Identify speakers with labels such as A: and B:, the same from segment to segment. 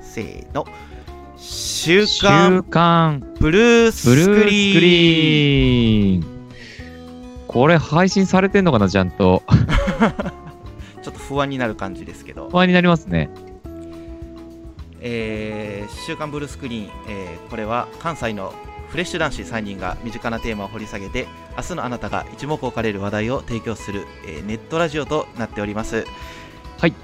A: せーの。週
B: 週
A: 刊
B: 刊
A: ブルース
B: ブル
A: ク
B: ースク
A: リーン。
B: リーン。これ配信されてんのかな、ちゃんと。
A: ちょっと不安になる感じですけど。
B: 不安になりますね。
A: えー週刊ブルースクリーン、えーこれは関西のフレッシュ男子3人が身近なテーマを掘り下げて明日のあなたが一目置かれる話題を提供する、えーネットラジオとなっております
B: はい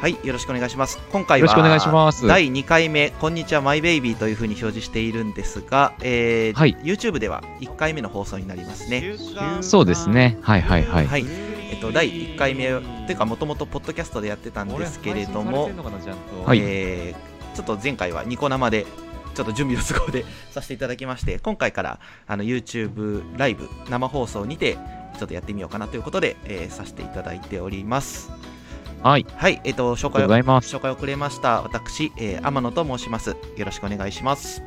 A: はいよろしくお願いします今回は
B: よろしくお願いします
A: 第2回目「こんにちはマイベイビー」というふうに表示しているんですが、えー
B: はい
A: YouTube では1回目の放送になりますね
B: そうですね。はいはいはい。
A: はいえっと第1回目というかもともとポッドキャストでやってたんですけれども
B: はい
A: えーちょっと前回はニコ生でちょっと準備の都合で させていただきまして今回からあの YouTube ライブ生放送にてちょっとやってみようかなということで、えーさせていただいております
B: はい。
A: はいえっ、と紹介を
B: ありがとうございます。
A: 紹介をくれました私、えー天野と申しますよろしくお願いします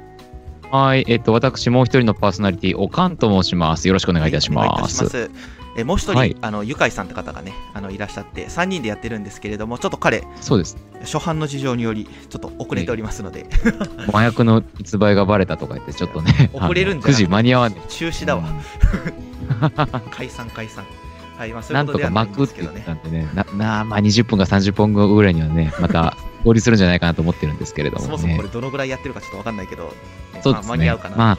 B: はい。えっと、私、もう一人のパーソナリティ、おかんと申します。よろしくお願いいたし
A: はいお願い
B: ま。
A: いたしますすえーもう一人、
B: はい
A: あのゆかいさんって方がねあのいらっしゃって3人でやってるんですけれどもちょっと彼
B: そうです。
A: 初版の事情によりちょっと遅れておりますので、、
B: 麻薬の逸売がバレたとか言って、ちょっとね
A: 遅れるんじゃ
B: 9
A: なくて
B: 時間に合わない。
A: 中止だわ、
B: うん。
A: 解散解散はいまあそうい
B: な
A: うんこととで
B: か
A: はない
B: 巻
A: ん
B: く
A: で
B: っ
A: す
B: て
A: け
B: 言
A: ど
B: っ
A: ね
B: たんでね、ななあまあ20分か30分後ぐらいにはね、また合流するんじゃないかなと思ってるんですけれども、ね、
A: そもそもこれどのぐらいやってるかちょっとわかんないけど、ね
B: そう
A: ま
B: で
A: あ、
B: すね、
A: 間に合うかな、
B: まあ、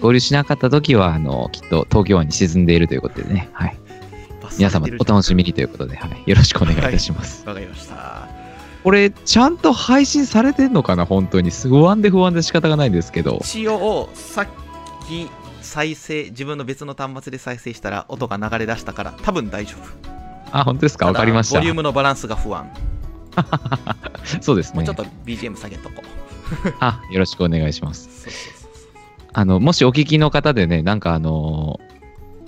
B: 合流しなかった時は、あの、きっと東京湾に沈んでいるということでね、はい。
A: バス
B: 皆様
A: 出てる
B: お楽しみにということで、はい、よろしくお願いいたします。
A: わかりました
B: これ、ちゃんと配信されてんのかな、本当に。不安で不安で仕方がないんですけど。
A: 一応さっき再生自分の別の端末で再生したら音が流れ出したから多分大丈夫
B: あ、本当ですかわ
A: だ
B: かりまし
A: ボリュー
B: た。
A: ムのバランスが不安
B: そうです
A: もう
B: ね
A: ちょっ。と BGM 下げとこう
B: あ、よろしくお願いします。
A: そうそうそうそう
B: あの、もしお聞きの方でね、なんかあのー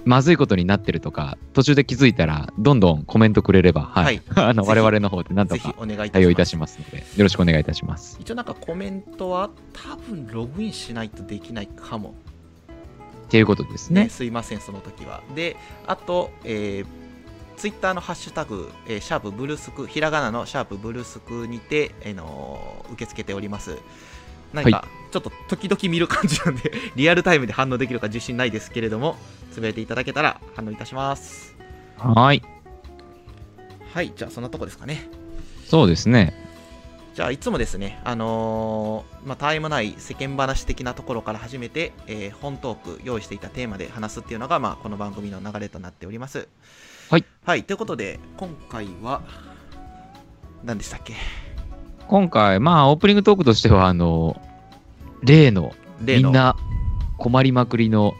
B: まずいことになってるとか、途中で気づいたら、どんどんコメントくれれば、はい。 あの、
A: ぜひ
B: 我々の方でなんと
A: ぜひ
B: か
A: お願いいた
B: 対応い
A: したます
B: しますので、よろしくお願いいたします。
A: 一応なんかコメントは多分ログインしないとできないかも
B: っていうことです
A: ね
B: ね。
A: すいません、その時は。で、あと、えツイッター Twitter のハッシュタグ、えーシャープブルスク、ひらがなのシャープブルスクにて、えーのー受け付けております。何か、ちょっと時々見る感じなんで、 リアルタイムで反応できるか自信ないですけれども、つぶやいていただけたら反応いたします。
B: はい。
A: はい、じゃあそんなとこですかね。
B: そうですね。
A: じゃあいつもですね、あのーまあ、たわいもない世間話的なところから始めて、えー本トーク用意していたテーマで話すっていうのが、まあ、この番組の流れとなっております。
B: はい。
A: はい、ということで、今回は、何でしたっけ
B: 今回、まあ、オープニングトークとしては、あのー例の、
A: 例の
B: みんな困りまくりの、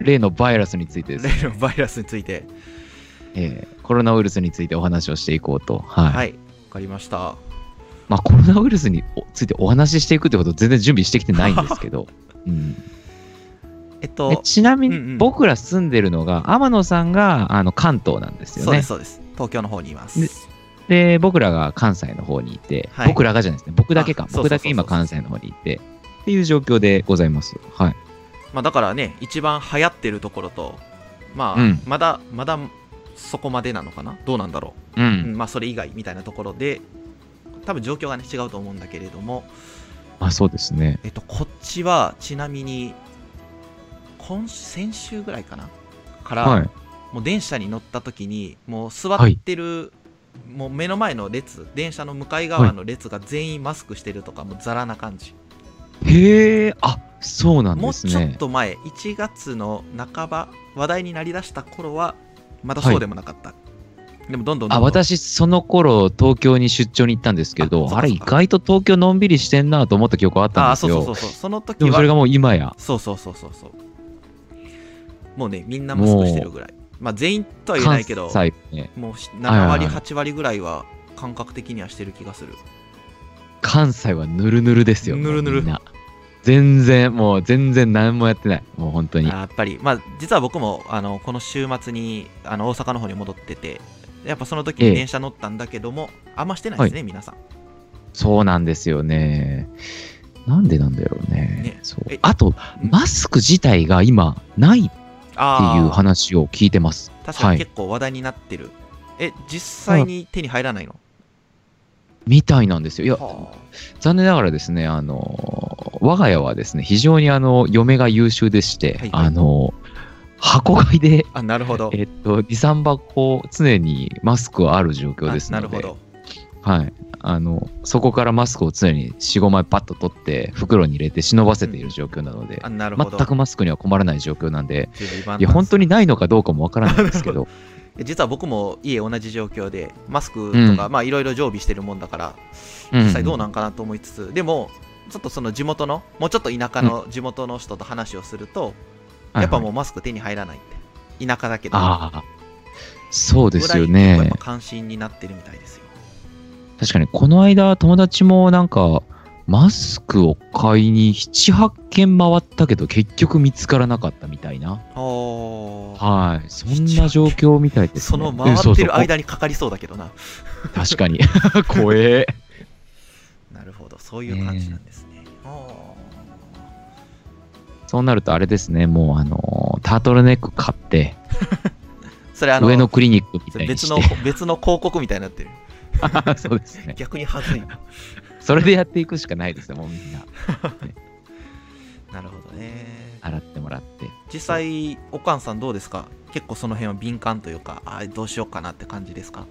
B: 例のバイラスについてですね、
A: 例のバイラスについて。
B: えーコロナウイルスについてお話をしていこうと。はい。
A: はい、わかりました。
B: まあ、コロナウイルスにおついてお話ししていくってこと全然準備してきてないんですけど、 うん、
A: えっ
B: で
A: と、
B: ちなみ
A: うんう
B: に
A: ん
B: 僕ら住んでるのが天野さんがあの関東なんですよ
A: そうで
B: ね
A: す、そうです。東京の方にいま。
B: ですで僕らが関西の方にいて、
A: はい
B: 僕らがじゃないですね僕だけ
A: あ
B: か
A: そうそうそう
B: 僕だけ今関西の方にいてっていう状況でございますはい
A: まあ、だからね、一番流行ってるところと、まあ、
B: うん
A: まだ、まだ、そこまでなのかなどうなんだろう
B: う
A: うん
B: ん、
A: まあそれ以外みたいなところで多分状況がね違うと思うんだけれども、
B: まあそうですね
A: えっと、こっちはちなみに今先週ぐらいかなから、
B: はい
A: もう電車に乗った時にもう座ってる、もう目の前の列電車の向かい側の列が全員マスクしてるとか、もうザラな感じ
B: へえあそうなん
A: も
B: で
A: う
B: す
A: ちょっ
B: ね
A: と前1月の半ば話題になりだした頃はまだそうでもなかった、でもどんどんど
B: あ
A: んどん
B: 私その頃東京に出張に行ったんですけ
A: あ
B: ど
A: そっ
B: あ
A: か
B: れ
A: そっ
B: 意
A: か
B: 外と東京のんびりしてんなと思った記憶あったん
A: あ
B: です
A: そう
B: よ
A: そうそうそうその時
B: でも
A: は
B: それがもう今や
A: そうそうそうそうそうもうねみんなマスクしてるぐらいまあ全員とは言えないけど
B: 関西ね
A: もうし
B: はい
A: 7
B: はい
A: 割8割ぐらいは感覚的にはしてる気がする
B: 関西はぬるぬるですよ。
A: ぬるぬる
B: みんな全然、もう全然何もやってない。もう本当
A: あ
B: に。
A: やっぱりまあ実は僕もあのこの週末にあの大阪の方に戻っててやっぱその時に
B: ええ
A: 電車乗ったんだけども、あんましてないですね、皆さん
B: そうなんですよね。なんでなんだろうね。
A: ね
B: そう
A: え
B: あと、マスク自体が今、ないっていう
A: ああ
B: 話を聞いてます。
A: 確か
B: は
A: に
B: い。
A: 結構話題になってる、え実際に手に入らないの、
B: みたいなんですよ。いや、
A: は
B: 残念ながらですね、あの、我が家はですね、非常にあの、嫁が優秀でして、
A: はいはい
B: あの、箱買いで、
A: ああなるほど
B: えっと、2、3箱常にマスクはある状況です
A: あな
B: ので、
A: るほど
B: はい。あの、そこからマスクを常に4、5枚パッと取って、袋に入れて忍ばせている状況なので、
A: あなるほど
B: 全くマスクには困らない状況なんで、
A: 十番
B: いや、本当
A: に
B: にないのかどうかもわからないんですけど、
A: 実は僕も家同じ状況でマスクとか、
B: う
A: まあいろいろ常備してるもんだから
B: うん
A: 実際どうなんかなと思いつつ、でもちょっとその地元のもうちょっと田舎の地元の人と話をすると、やっぱも
B: う、
A: うマスク手に入らないって田舎だけど
B: ああ、そうですよ
A: ぐらいやっ
B: ね
A: ぱ。関心になってるみたいですよ
B: 確かに、この間、友達もなんか、マスクを買いに7、8軒回ったけど、結局見つからなかったみたいな。
A: おー
B: はい。そんな状況みたいです
A: そ
B: ね。
A: の回
B: うんそう
A: って
B: そう
A: る間にかかりそうだけどな
B: こ確かに。 怖え。
A: なるほどそういう感じなんですね、お
B: そうなると、あれですね、もう、あのー、タートルネック買って、
A: ーそれあの
B: 上のクリニックみ
A: そ
B: た
A: れ
B: いに
A: 別
B: し
A: の
B: て。
A: 別の広告みたいになってる
B: そうですね。
A: 逆にはずいな
B: それでやっていくしかないですよ、もうみんな。
A: なるほどね
B: 洗ってもらって。
A: 実際おかんさんどうですか結構その辺は敏感というかあーどうしようかなって感じですか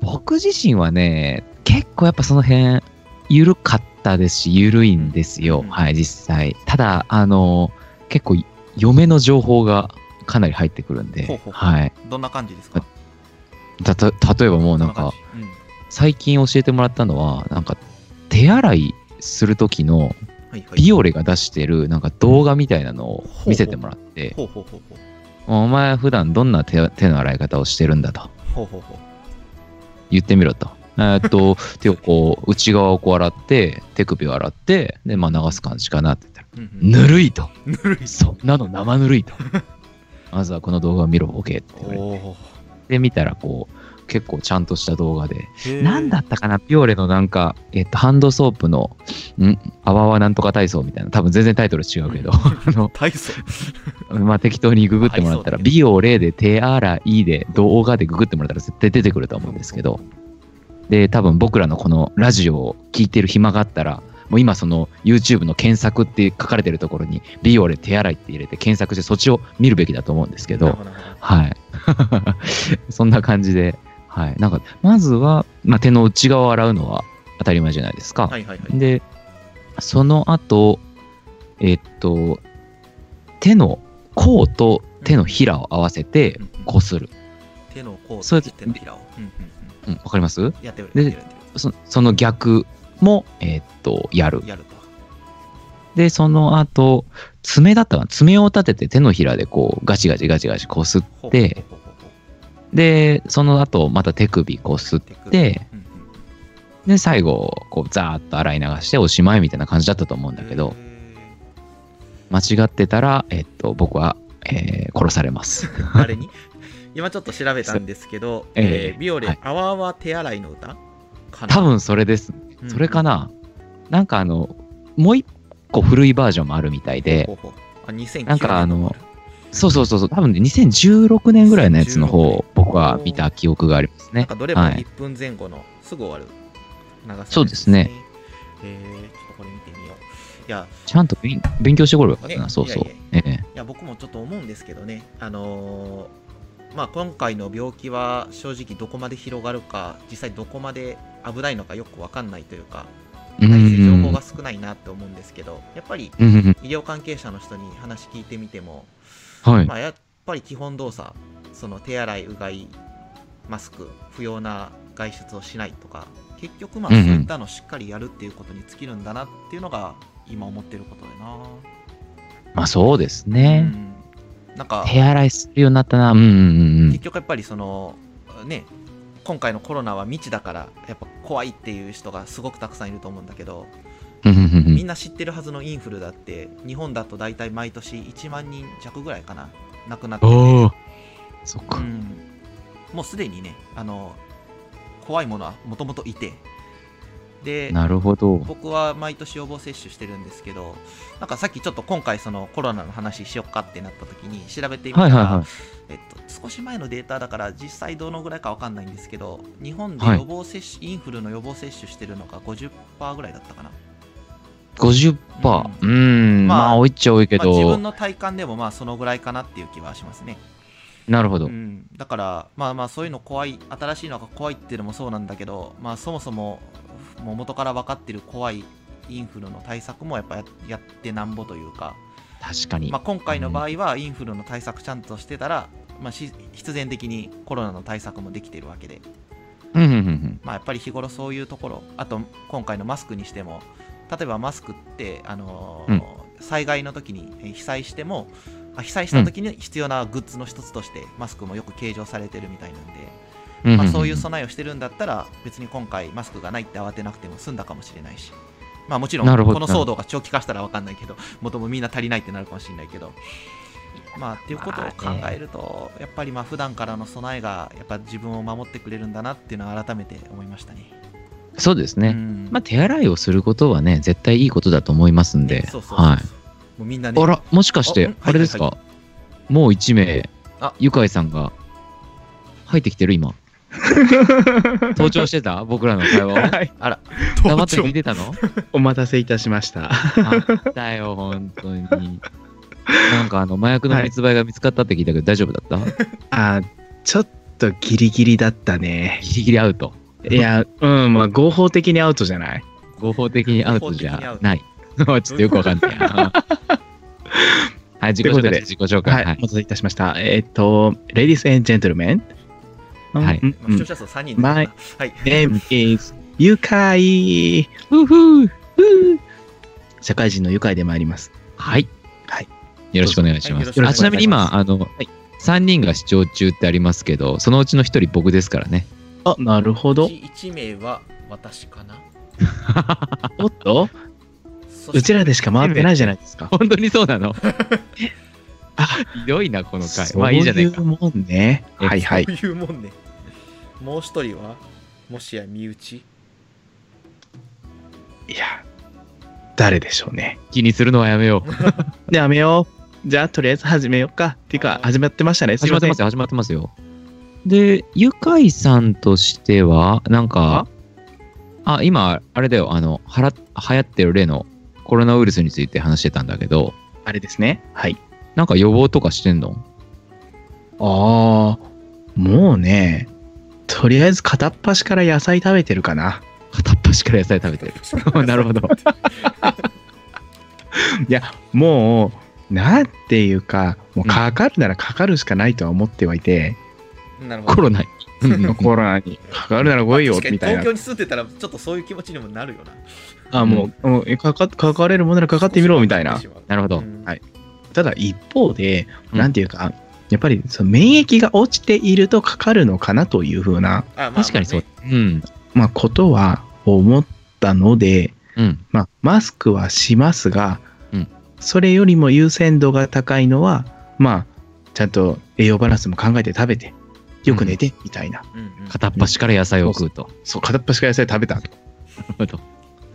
B: 僕自身はね、結構やっぱその辺、緩かったですし、緩いんですよ。
A: うん
B: はい、実際。ただ、あの、結構、嫁の情報がかなり入ってくるんで、
A: ほうほう
B: はい。
A: どんな感じですか
B: たと、例えばもうなんか、
A: どんな感
B: 最近教えてもらったのは、なんか、手洗いする時の、
A: じ、うんはいはい、
B: ビオレが出してる、なんか動画みたいなのを見せてもらって、
A: ほうほうほうほう
B: お前普段どんな手手の洗い方をしてるんだと。
A: ほうほうほう
B: 言ってみろと。えー っと、手をこう、内側をこう洗って、手首を洗って、で、まあ流す感じかなって言ったら、
A: うんうん
B: ぬるいと。
A: ぬるい
B: そんなの生ぬ るいと。まずはこの動画を見ろ、OK って言われて。
A: お
B: で、見たらこう、結構ちゃんとした動画で、
A: ー
B: なんだったかな、ピオレのなんか、えっと、ハンドソープの、ん泡はなんとか体操みたいな、多分全然タイトル違うけど、あの、
A: 体操
B: まあ適当にググってもらったら、
A: ありそうだね
B: ビオレで手洗いで動画でググってもらったら絶対出てくると思うんですけど、で、多分僕らのこのラジオを聞いてる暇があったら、もう今その YouTube の検索って書かれてるところに、ビオレ手洗いって入れて検索してそっちを見るべきだと思うんですけ
A: なる
B: ど、
A: ほどなるほど
B: はい。 そんな感じで、はい。なんか、まずは、まあ、手の内側を洗うのは当たり前じゃないですか。
A: はいはいはい
B: で、その後、えっと、手の甲と手のひらを合わせて
A: うんうん
B: こする。
A: 手の甲
B: そ
A: と
B: れ
A: 手のひらを、うんうん
B: うん、わかります
A: うん、やってる
B: で
A: やってるやって
B: そその逆も、えっと、やる
A: る。やると
B: で、その後、爪だったかな爪を立てて手のひらでこう、ガチガチガチガチこすっ
A: ほう
B: で
A: ほうほうほうほ
B: て、その後、また手首こすっ
A: う手首
B: て、
A: うんうん
B: で、最後、こう、ザーッと洗い流しておしまいみたいな感じだったと思うんだけど、
A: へ
B: 間違ってたら、えっと、僕は、えー殺されます。
A: ーあれに 今ちょっと調べたんですけど、
B: え
A: え
B: え
A: ービオレ、
B: はい
A: あわあわ手洗いの歌かな
B: 多分それです
A: うん
B: それかな、なんかあの、もう一個古いバージョンもあるみたいで
A: ほ、うほうほうあ2009
B: なんかあの
A: 年もる
B: そうそうそうそう、多分ね、2016年ぐらいのやつの
A: 2016
B: 方を僕は見た記憶があります
A: なん
B: ね
A: か。どれも
B: はい
A: 1分前後のすぐ終わる長さ、
B: そうですね
A: えー、ちょっとこれ見てみよういや
B: ちゃんと勉勉強してこればよかった
A: ね
B: な、そうそう
A: いやい。
B: ええ
A: いや僕もちょっと思うんですけどね、あのーまあ、今回の病気は正直どこまで広がるか実際どこまで危ないのかよく分かんないというか
B: う
A: 大して情報
B: ん
A: が少ないなと思うんですけどやっぱり
B: うんうん。
A: 医療関係者の人に話聞いてみても、
B: はい
A: ま。あ、やっぱり基本動作その手洗いうがいマスク不要な外出をしないとか結局まあ
B: う
A: そ
B: ん
A: う
B: うん
A: いったのをしっかりやるっていうことに尽きるんだなっていうのが今思ってることだな。
B: まあそうですね。
A: うんなんか
B: 手洗いするようになったな。うんうんうんうん
A: 結。局やっぱりそのね今回のコロナは未知だからやっぱ怖いっていう人がすごくたくさんいると思うんだけど、
B: うんうんうんう
A: みん
B: ん
A: な知ってるはずのインフルだって日本だと大体毎年1万人弱ぐらいかな亡くなってて、
B: おお。そっか
A: う。んもうすでにねあの怖いものはもともといてで
B: なるほど。
A: 僕は毎年予防接種してるんですけどなんかさっきちょっと今回そのコロナの話しよっかってなった時に調べてみたら、
B: はいはいは
A: えっと、少し前のデータだから実際どのぐらいかわかんないんですけど日本で
B: はい
A: 予防接種、インフルの予防接種してるのが50%ぐらいだったかな、
B: い。50%。うーん、
A: まあ
B: まあ、多いっちゃ多いけ
A: まあ、自
B: ど
A: 分、の体感でもまあそのぐらいかなっていう気はしますね
B: なるほど
A: う。ん、だからまあまあそういうの怖い新しいのが怖いっていうのもそうなんだけどまあそもそももう元から分かってる怖いインフルの対策もやっぱややってなんぼというか、
B: 確かに
A: まあ、。今回の場合はインフルの対策ちゃんとしてたら、まあ、し必然的にコロナの対策もできてるわけで、
B: うん、うん、うん。
A: まあ、やっぱり日頃そういうところあと今回のマスクにしても例えばマスクって、あのー
B: うん
A: 災害の時にえー被災してもあ被災した時に必要なグッズの一つとして、マスクもよく計上されてるみたいなんで、
B: うん
A: まあ、そういう
B: そ
A: 備えをしてるんだったら別に今回マスクがないって慌てなくても済んだかもしれないし、まあ、もちろん
B: なるほど
A: この騒動が長期化したら分かんないけどもともみんな足りないってなるかもしれないけど。まあ、っていうことを考えると、やっぱりまあ普段からの備えがやっぱ自分を守ってくれるんだなっていうのは改めて思いましたね。
B: そうです
A: う
B: ね。
A: ん
B: まあ、手洗いをすることはね、絶対いいことだと思いますん
A: ね
B: で。
A: そうそうそうそう
B: はい。
A: もうみんなね
B: あら、もしかし
A: あうん
B: て、あれです
A: は
B: かもう1名
A: あ、
B: ゆかいさんが入ってきて る今。登場してた僕らの会話を。
C: はい、
A: あら
B: 黙って聞いてたの
C: お待たせいたしました。
B: あだよ、本当に。なんかあの麻薬の密売が見つかったって聞いたけど大丈夫だった、
C: あーちょっとギリギリだったね。
B: ギリギリアウト。
C: いや、うん、まあ合法的にアウトじゃない。
B: 合法的にアウトじ
A: 合法的にアウ
B: ゃ
A: ト
B: ない。ちょっとよくわかん ない。はい、自己
C: というこ
B: 紹
C: と
B: 介
C: で
B: 自己紹
C: は
B: 介。
C: い、
B: は
C: お
B: い。
C: 待たせいたしました。えーっと、Ladies and Gentlemen、
B: はい
C: うん
A: まあ
C: う
A: 視
C: ん
A: 聴者数3人だからなはい。
C: Name is ゆかい。
B: ふうふう
C: 社会人のゆかいで参ります。
B: はい。
C: はい
B: よろしくお願いしま
A: はい
B: す。
A: よろ
B: あ
A: しく
B: ち
A: お願いします
B: なみに今、あの、
C: い
B: 3人が視聴中ってありますけど、そのうちの1人僕ですからね。
C: あ、なるほど。
A: 1名は私かな。
C: おっと、
A: そう
C: ちらでしか回ってないじゃないですか。
B: 本当にそうなの
C: あ
B: ひどいな、この回。
C: そう
B: まあいいじゃないうか。
C: もんね。
B: え
C: はいはい
A: そ。ういうもんね。もう一人はもしや身内
C: いや、誰でしょうね。
B: 気にするのはやめよう。
C: で、やめよう。じゃあ、とりあえず始めようか。っていうか、始まってましたね。すい
B: 始まって
C: せん
B: ますよ、始まってますよ。で、ゆかいさんとしては、なんか、あ、今、あれだよ、あの、はら流行ってる例のコロナウイルスについて話してたんだけど、
C: あれですね。はい。
B: なんか予防とかしてんの
C: ああ、もうね、とりあえず片っ端から野菜食べてるかな。
B: 片っ端から野菜食べてる。 なるほど。
C: いや、もう、なんていうか、もうかかるならかかるしかないとは思ってはいて、
A: なるほど。
B: コロナ。うんうん
C: コロナにかかるなら来いよ
A: 確、かに
C: みた
A: 東
C: いな
A: 京。に住んでたらちょっとそういう気持ちにもなるよな。
C: あ、もう、もうかか、かかれるものならかかってみろ、みたいな。
B: なるほど。
A: うん
C: はいただ一方で、
B: うん
C: なんていうか、やっぱりその免疫が落ちているとかかるのかなというふう
A: あまあ
C: な、
A: まあね
B: 確かにそう。うん。
C: まあ、ことは思ったので、
B: うん。
C: まあ、マスクはしますが、
B: うん
C: それよりも優先度が高いのは、まあ、ちゃんと栄養バランスも考えて食べて、よく寝て、みたいな。
A: うんうん
B: 片っ端から野菜を食うと。
C: そう、片っ端から野菜食べたと。
B: なるほど。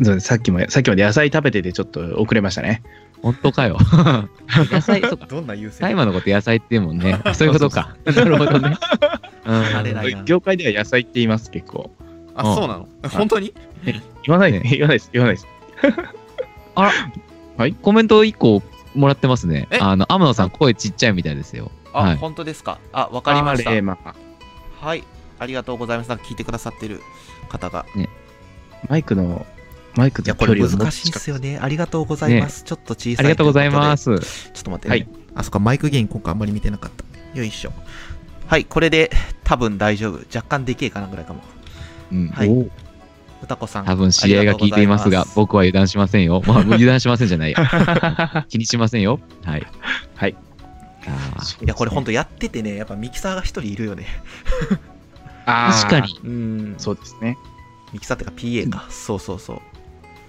C: そうさっきも、さっきまで野菜食べててちょっと遅れましたね。
B: 本当かよ。 野菜、そっか。
A: どんな優
B: 大
A: 先
B: 麻のこと野菜って言うもん ね。そういうことか。なるほどね。うん
A: あれだよ
C: 業界では野菜って言います、結構。
A: あ、そうなの本当に
C: 言わないね。 言わないです。言わないです。
B: コメント1個もらってますね
A: え。
B: あの、天野さん、声ちっちゃいみたいですよ。は
A: あ、
B: い
A: 本当ですか。あ、わかりました
C: あ。れまあ
A: はい。ありがとうございます。なんか聞いてくださってる方が。
C: マイクの、マイク
A: いや、
C: の
A: こ
C: 距
A: れ
C: 離を
A: 難しいですよね。ありがとうございます。ちょっと小さい。。
B: ありがとうございますす。
A: ちょっと待って、ね。
C: はい
A: あ、そっか、マイクゲイン今回あんまり見てなかった。よいしょ。はい、これで多分大丈夫。若干でけえかなぐらいかも。
B: うん
A: はい
C: お
A: 歌子さん。
B: 多分知り合いが聞いていま
A: あ
B: すが
A: り、とうござい
B: 僕は油断しませんよ。まあ、油断しませんじゃないよ。 気にしませんよ。はい。
C: はい。
B: あー
A: ますいや、これ本当やっててね、やっぱミキサーが一人いるよね。
B: 確か。に、
A: うん。
C: そうですね。
A: ミキサーってか PA か。そうそうそう。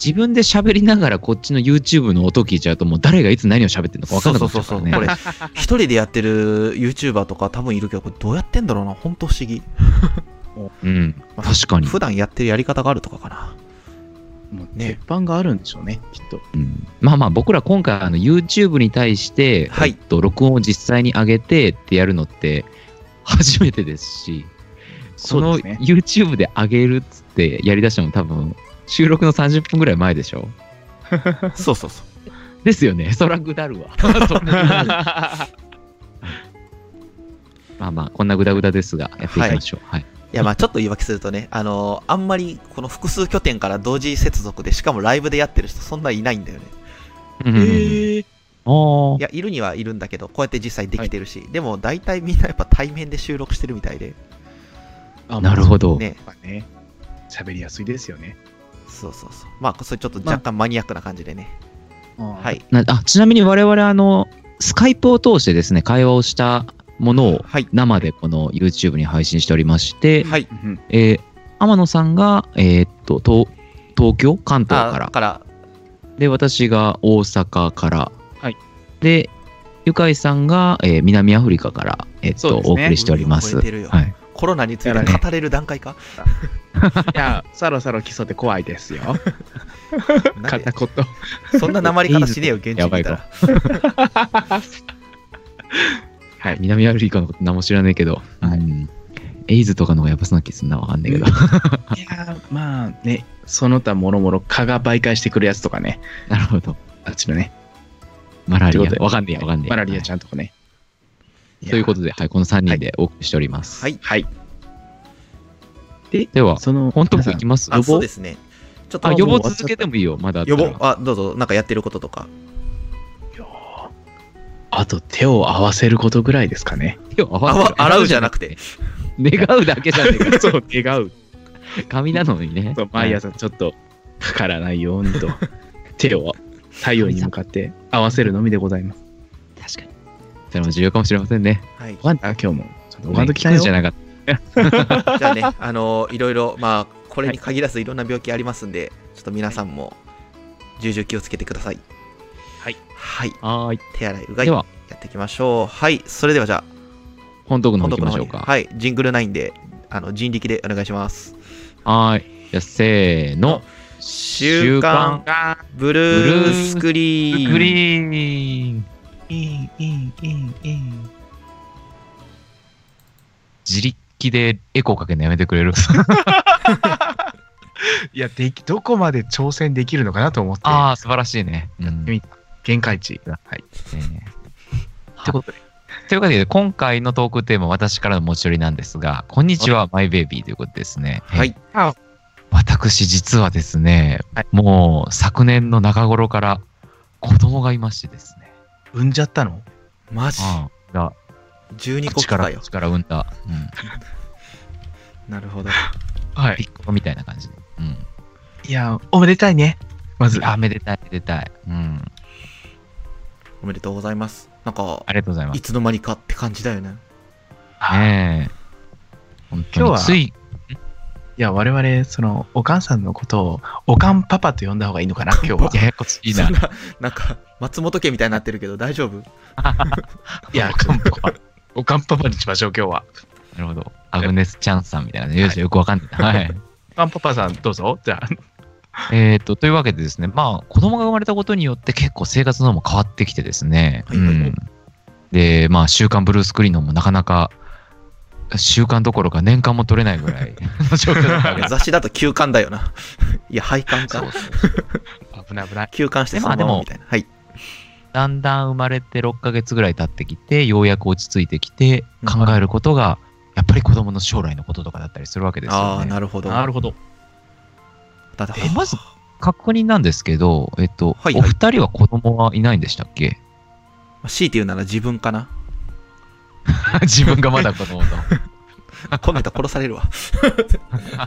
B: 自分で喋りながらこっちの YouTube の音聞いちゃうと、もう誰がいつ何を喋ってるのか分かんなくなっちゃうからね。
A: これ、一人でやってる YouTuber とか多分いるけど、これどうやってんだろうな。本当不思議。
B: うん。確かに。
A: 普段やってるやり方があるとかかな。
C: もう
A: ね
C: 鉄板があるんでしょうね、きっと。
B: うんまあまあ僕ら今回あの YouTube に対して、
A: はい
B: えっと、録音を実際に上げてってやるのって初めてですしそ
C: そう
B: の
C: ですね
B: YouTube で上げるっつってやりだしたのも多分収録の30分ぐらい前でしょ
A: そうそうそう
B: ですよねそらぐだるわそんなにまあまあこんなぐだぐだですがやっていきましょうはい、
A: いやまあちょっと言い訳するとね、あ のーあんまりこの複数拠点から同時接続で、しかもライブでやってる人、そんないないんだよね。
B: うんうんうん
C: え
B: あ
A: いや、いるにはいるんだけど、こうやって実際できてるし、でも大体みんなやっぱ対面で収録してるみたいで、
B: あなるほ
C: ど。
B: ど、
A: ね、
C: まあね、喋りやすいですよね。
A: そうそうそう、まあ、それちょっと若干マニアックな感じでね、は、
C: はい
B: なあちなみに我々あのスカイプを通してですね会話をしたものを
A: はい、
B: 生でこの YouTube に配信しておりまして、
A: はい、
C: うん
B: えー天野さんが、えーっと東東京関東か
A: あ
B: ら
A: から、
B: で私が大阪から、
C: はい
B: でゆかいさんが、えー南アフリカから、えーっ
C: そ
B: と
C: うです
B: お
C: ね
B: 送りしておりま
A: 海
B: す、
A: を越えてるよ
B: はい、
A: コロナについて語れる段階 か、
C: いや、そろそろ基礎って怖いですよ。
A: なん
C: 片
A: で
C: 言。
A: そんな鉛り方しねえよ、現地
B: やば
A: 見
B: い
A: た
B: か
A: ら。
B: はい、南アフリカのこと何も知らないけど、
C: はい
B: うんエイズとかの方がやばそうな気すんなわかんないけど、
C: いやー、まあね、その他もろもろ蚊が媒介してくるやつとかね、
B: なるほど
C: あっちのね、
B: マラリ
C: と
B: ア
C: いうことで
B: わかんねえやわかんねえや
C: マラリ
B: は
C: ア
B: い
C: ちゃんとかね。。
B: ということとで、はい、この3人でお送りしております。
A: はい、
C: はい。
B: では、
C: その、
B: 本当にい
C: 皆さん
B: きます
A: あ、
B: 予
A: そう
B: 防
A: ですね。ちょっと
B: あ、
C: あ
B: 予
C: も
B: 防
C: う終わっちゃった
B: 続けてもいいよ、まだあった
A: 予
B: ら。
A: 防、あ、どうぞ、なんかやってることとか。
C: あと手を合わせることぐらいですか ね。
B: 手を合わせる
A: あわ洗うじゃなくて。
B: 願うだけじゃねえか。
C: そう、願う。
B: 紙なのに ね。
C: そう毎朝ちょっとかからないように と、手を太陽に向かって合わせるのみでございます。
B: はい確かに。それも重要かもしれませんね。
A: はい。
C: あ、今日も、ちょっとおかんと来
B: 聞
C: た
B: くん
C: よ
B: じゃ。なかっ
A: じゃあね、あのーいろいろ、まあ、これに限らずいろんな病気ありますんで、ちょっと皆さんも、重々気をつけてください。
C: はい。
A: はい。
B: た。はーい。
A: 手洗い、うがい、
B: で
A: や
B: は、
A: っていきましょう。はい。それではじゃ
B: 本徳
A: あ、
B: の方行き
A: の
B: ま
A: 方
B: しょ
A: に
B: うか。
A: はい。ジングルないんで、あの、人力でお願いします。
B: はーい。じゃあせーの。
A: 週刊
C: あ
A: ブルースクリーン。
B: グリーン。
C: いい、いい、いい、いい。
B: 自力でエコーかけるのやめてくれる。
C: いや、でき、どこまで挑戦できるのかなと思って。
B: ああ、素晴らしいね。う
C: やっ
B: ん
C: てみた。限界値。はい。
B: ね
C: ってことで。
B: ということで、今回のトークテーマ、私からの持ち寄りなんですが、こんにちは、マイベイビーということですね。
A: はい。
B: 私、実はですね、
C: はい
B: もう昨年の中頃から子供がいましてですね、
C: 産んじゃったの
A: マジ
B: うんが
A: ?12 個来
B: 口から
A: たよ
B: 口。から産んだ、うん、
A: なるほど。
C: は
B: ピ。ッコロみたいな感じで、うん、
C: いや、おめでたいね。まず。
B: あめでたいめでたい、うん、
A: おめでとうございます。なんか
B: あ、りがとうございま
A: い
B: す、
A: つの間にかって感じだよね。
C: はい
B: ねえ本当
C: 今
B: に
C: 日は
B: つい
C: いや、我々、その、おかんさんのことを、おかんパパと呼んだ方がいいの かな、今日は。
B: ややこしいな
A: そんな、 なんか、松本家みたいになってるけど、大丈夫
C: いや
B: おかんぱぱ
C: おかんパパにしましょう、今日は。
B: なるほどアグネス・チャンさんみたいなねよしよくわかんないな はい
C: おかんパパさん、どうぞ。じゃあ、
B: えー、とというわけでですね、まあ、子供が生まれたことによって結構生活の方も変わってきてですね、
A: はいはいはい
B: うんで、まあ、週刊ブルースクリーンのもなかなか週刊どころか年間も取れないぐらい の状況だったわけ です。
A: 雑誌だと休刊だよな。 いや、廃刊
B: そ
A: か
B: う。そう
C: 危ない危ない。
A: 休刊してそのままみたいな。はい。
B: だんだん生まれて6ヶ月ぐらい経ってきてようやく落ち着いてきて
A: うん
B: 考えることがやっぱり子供の将来のこととかだったりするわけです
A: あ
B: よ
A: あ、
B: ね。
A: なるほど。
C: なるほど。
A: だって
B: えま ず確認なんですけど、えっと
A: はいはい
B: お二人は子供はいないんでしたっけ
A: 強いて言うなら自分かな。
B: 自分がまだ子供と。
A: こんなんやったら殺されるわ。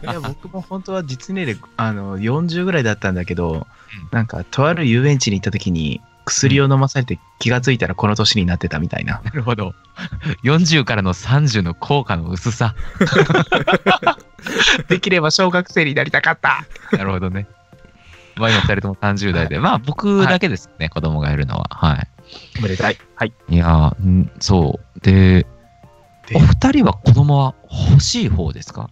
C: いや、僕も本当は実年齢、あの、40ぐらいだったんだけど、なんか、とある遊園地に行った時に、薬を飲まされて気がついたらこの年になってたみたいな。
B: なるほど。40からの30の効果の薄さ。
C: できれば小学生になりたかった
B: なるほどね。まあ今2人とも30代で、まあ僕だけですね、子供がいるのは。は
C: おめでたい。はい。
B: い。いやー、んそう。で、
C: で
B: お二人は子供は欲しい方ですか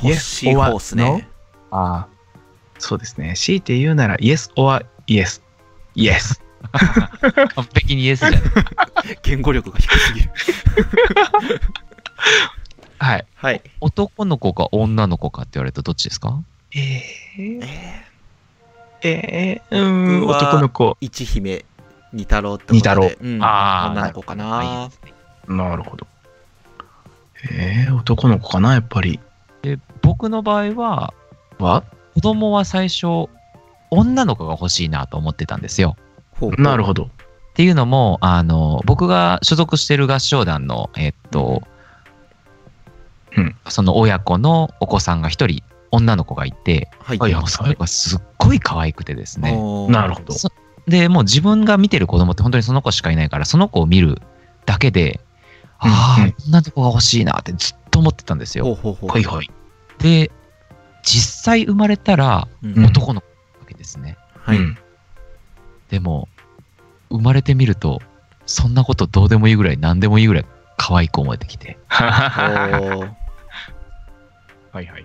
A: 欲しい方っすね。
C: ああ。そうですね。強いて言うなら、イエス or イエス。イエス。
B: 完璧にイエスじゃない。
A: 言語力が低すぎる。
C: はい。
A: はい。
B: 男の子か女の子かって言われるとどっちですか
C: え
A: え
C: ー、
A: ー、
C: えー、うーん、
A: 僕は
C: 男の子。
A: 一姫、二太郎ってことで。
C: 二太郎
A: うん、
B: あー
A: 女の子か
B: はいいい
A: な
B: で。すね
C: なるほど。えー、男の子かな、やっぱり。
B: で僕の場合は、
C: は
B: 子供は最初、女の子が欲しいなと思ってたんですよ。
C: なる
A: ほ
C: ほど。
B: っていうのも、あの、僕が所属してる合唱団の、えっと、
C: うん
B: その親子のお子さんが一人、女の子がいて、
A: ど。はい。
C: はい
B: もうそれがすっごい可愛くてですね。
A: おー
C: なるほど。
B: そで、もう自分が見てる子供って本当にその子しかいないから、その子を見るだけで、
C: うん
B: あ
C: うん
B: あ、女の子が欲しいなってずっと思ってたんです
A: ほ
B: よ。
A: うほうほう。
C: はいはい。
B: で、実際生まれたら
A: うん
B: 男の子なわけですね。
A: はい。
C: うん
B: でも、生まれてみると、そんなことどうでもいいぐらい、何でもいいぐらい可愛く思えてきて、
C: は
A: おー
C: い はい。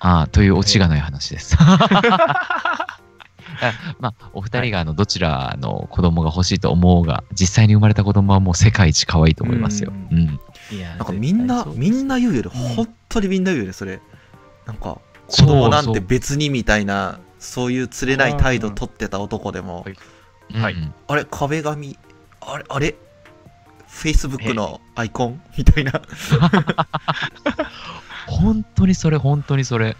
B: ああ、というオチがない話です。あ まあ、お二人があのどちらの子供が欲しいと思おうが、実際に生まれた子供はもう世界一可愛いと思いますよ。
A: う
B: うん
C: いや
A: なんかみんな、みん
C: な。
A: な言うより、
C: うん
A: 本当にみんな言うより、それ。なんか、子
B: そう
A: 供なん
B: そ
A: て
B: う
A: 別にみたいな、そういう釣れない態度取ってた男でも、
C: は
B: う
C: い
B: んうん
A: あれ、壁紙、あれ、あれ、Facebook のアイコン みたいな。
B: 本当にそれ、本当にそれ。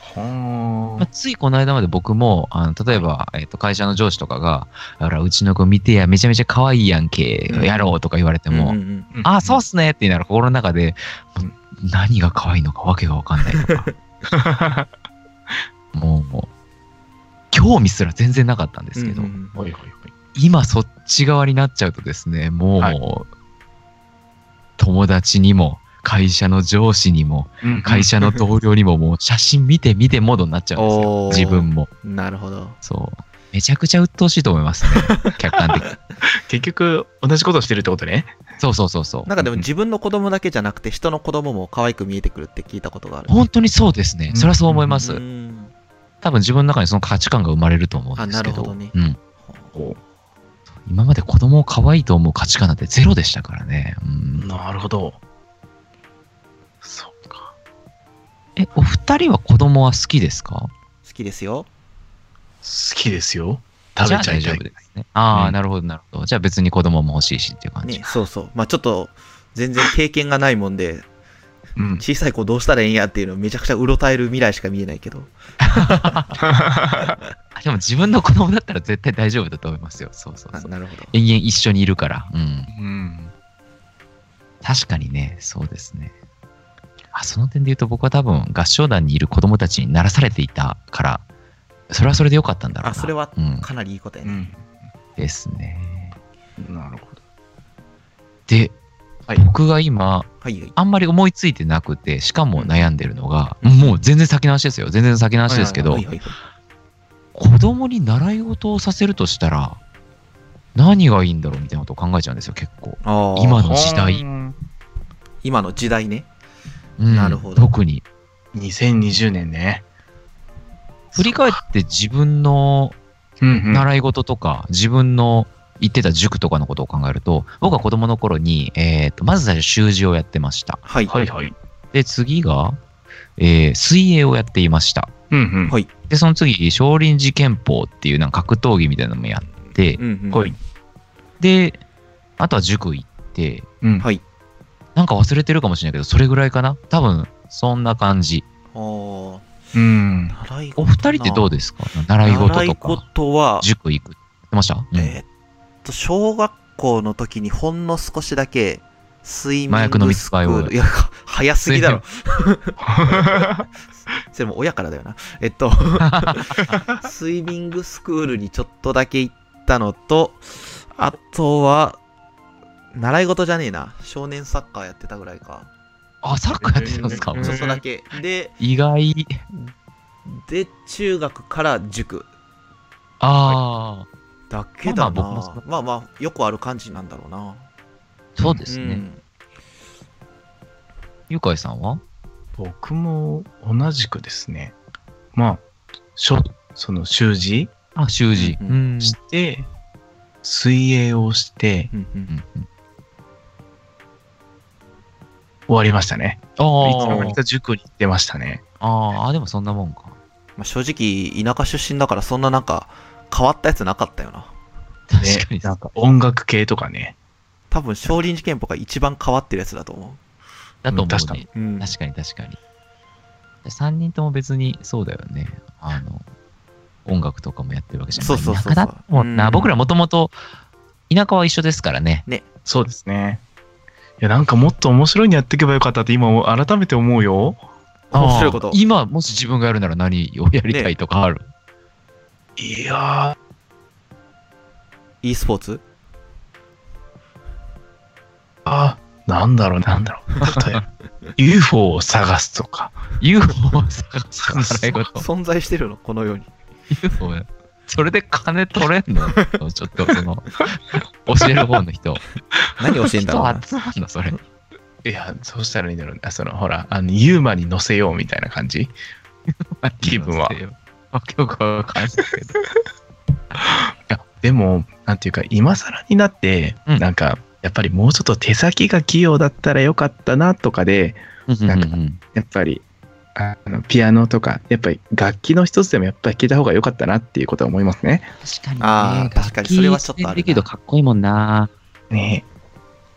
C: ほー
B: まあ、ついこの間まで僕も、あの例えば、えっと会社の上司とかが、あら、うちの子見てや、めちゃめちゃ可愛いやんけ、
A: うん
B: やろうとか言われて
A: うんう
B: も、
A: んうん
C: ん
B: ああ、そうっすねって言いながら心の中で、
C: う
B: も
C: ん
B: う何が可愛いのかわけがわかんな いとか、 もう、もう、興味すら全然なかったんですけど、
A: うんうん
C: はいはいはい。
B: 今そっち側になっちゃうとですね、もう、
C: はい
B: 友達にも、会社の上司にも、会社の同僚に も、もう写真見て見てモードになっちゃうんですよ。
A: おー
B: 自分も。
A: なるほど。
B: そう。めちゃくちゃ鬱陶しいと思います ね。客観的に。
C: 結局、同じことしてるってことね。
B: そうそうそうそう。
A: なんかでも
B: う
A: 自分の子供だけじゃなくて、人の子供も可愛く見えてくるって聞いたことがある。
B: 本当にそうですね。それはそう思いま
A: う
B: す。
A: ん
B: 多分自分の中にその価値観が生まれると思うんですけど。
A: あなるほどね
B: うん。今まで子供を可愛いと思う価値観なんてゼロでしたからね。うん、
C: なるほど。そうか。
B: え、お二人は子供は好きですか
A: 好きですよ。
C: 好きですよ。食べちゃい
B: じ
C: た
B: あ大丈
C: い
B: 夫。ですね。ああ、
C: うん
B: なるほど、なるほど。じゃあ別に子供も欲しいしっていう感じ。
A: ね、そうそう。まあちょっと、全然経験がないもんで、
C: うん。
A: 小さい子どうしたらええんやっていうのめちゃくちゃうろたえる未来しか見えないけど。
B: あでも自分の子供だったら絶対大丈夫だと思いますよ。そうそう
A: あ
B: そう。
A: なるほど。
B: 延々一緒にいるから。うん。
C: うん。
B: 確かにね、そうですね。あその点で言うと僕は多分合唱団にいる子供たちに慣らされていたから、それはそれで良かったんだろうな。
A: あそれは
B: うん、
A: かなりいいことや
C: う
A: ね。
C: ん。
B: ですね。
C: なるほど。
B: で、
C: はい
B: 僕が今、
A: はいはい。
B: あんまり思いついてなくて、しかも悩んでるのが、
A: うん
B: もう全然先の話ですよ。全然先の話ですけど、
A: はいはいはい
B: 子供に習い事をさせるとしたら、何がいいんだろうみたいなことを考えちゃうんですよ、結構。
A: あー
B: 今の時代。
C: うん
A: 今の時代ね。
B: うん
A: なるほど
B: 特に。
C: 2020年ね。
B: 振り返って自分の
C: うんうん
B: 習い事とか、自分の行ってた塾とかのことを考えると、僕は子供の頃に、えーと、まず最初習字をやってました。
A: はい。
C: はいはい。
B: で、次が、えー水泳をやっていました。
C: うんうん。
A: はい
B: で、その次、少林寺拳法っていうなんか格闘技みたいなのもやって、
A: うんうん。
C: はい。
B: で、あとは塾行って、
C: うん
A: はい。
B: なんか忘れてるかもしれないけど、それぐらいかな多分、そんな感じ。
A: あー
C: うん。
A: 習い事
B: お二人ってどうですか習い
A: 習
B: 事
A: い
B: とか、
A: 事は、
B: 塾行く。やってました、うん
A: えーっと、小学校の時にほんの少しだけ、睡眠
B: 麻薬の密
A: スク
B: 売を
A: ールいや、早すぎだろ。それも親からだよな。えっ と、スイミングスクールにちょっとだけ行ったのと、あとは、習い事じゃねえな。少年サッカーやってたぐらいか。
B: あ、サッカーやってたんですか、
C: うん
A: ちょっとだけ。で、
B: 意外。
A: で、中学から塾
B: ああ、
A: だけだな。
B: まあまあ
A: まあ
B: 僕も
A: まあ、よくある感じなんだろうな。
B: そうです
A: う
B: ね。
A: ん
B: ゆかいさんは
C: 僕も同じくですね。まあ、しょその習字
B: あ、習字。
A: う
B: うんん
C: して、水泳をして
A: うんうん
B: うん
C: 終わりましたね。いつの間
B: あ
C: にか塾に行ってましたね。
B: あ、ああ、でもそんなもんか。
A: まあ、正直田舎出身だからそんななんか変わったやつなかったよな
B: 確かに
C: ね。なんか音楽系とかね。
A: 多分少林寺拳法が一番変わってるやつだと思
B: だと思うね。
C: 確かに
A: う、うん、
B: 確かに確かに。3人とも別にそうだよね。あの、音楽とかもやってるわけじゃない。
A: そうそうそうそう
B: 田舎だもんな。
A: うん
B: 僕らもともと田舎は一緒ですからね。
C: そうですね。いや、なんかもっと面白いのやっていけばよかったって今改めて思うよ。
A: 面白いこと
B: あー今、もし自分がやるなら何をやりたいとかある、
C: いや
A: e スポーツ
C: ー、あ、なんだろう、なんだろう。例えば UFO を探すとか。
B: ?UFO を探す習い事。
A: 存在してるのこの 世に
B: UFO それで金取れんのちょっとその、教える方の人。
A: 何教えんだろうな
B: 人集まんのそれ。
C: いや、そうしたらいいんだろうな。その、ほら、あの、ユーマに乗せようみたいな感じ。気分は。
B: わけよくわかんないけど。
C: いやでもなんていうか今更になって、
B: うん
C: なんかやっぱりもうちょっと手先が器用だったらよかったなとかでなんかやっぱりあのピアノとかやっぱり楽器の一つでもやっぱり聴いた方が良かったなっていうことは思いますね。
B: 確かに、ね。
A: あー確かにそれはちょっとあるな
B: 楽器できるとかっこいいもんな。
C: ね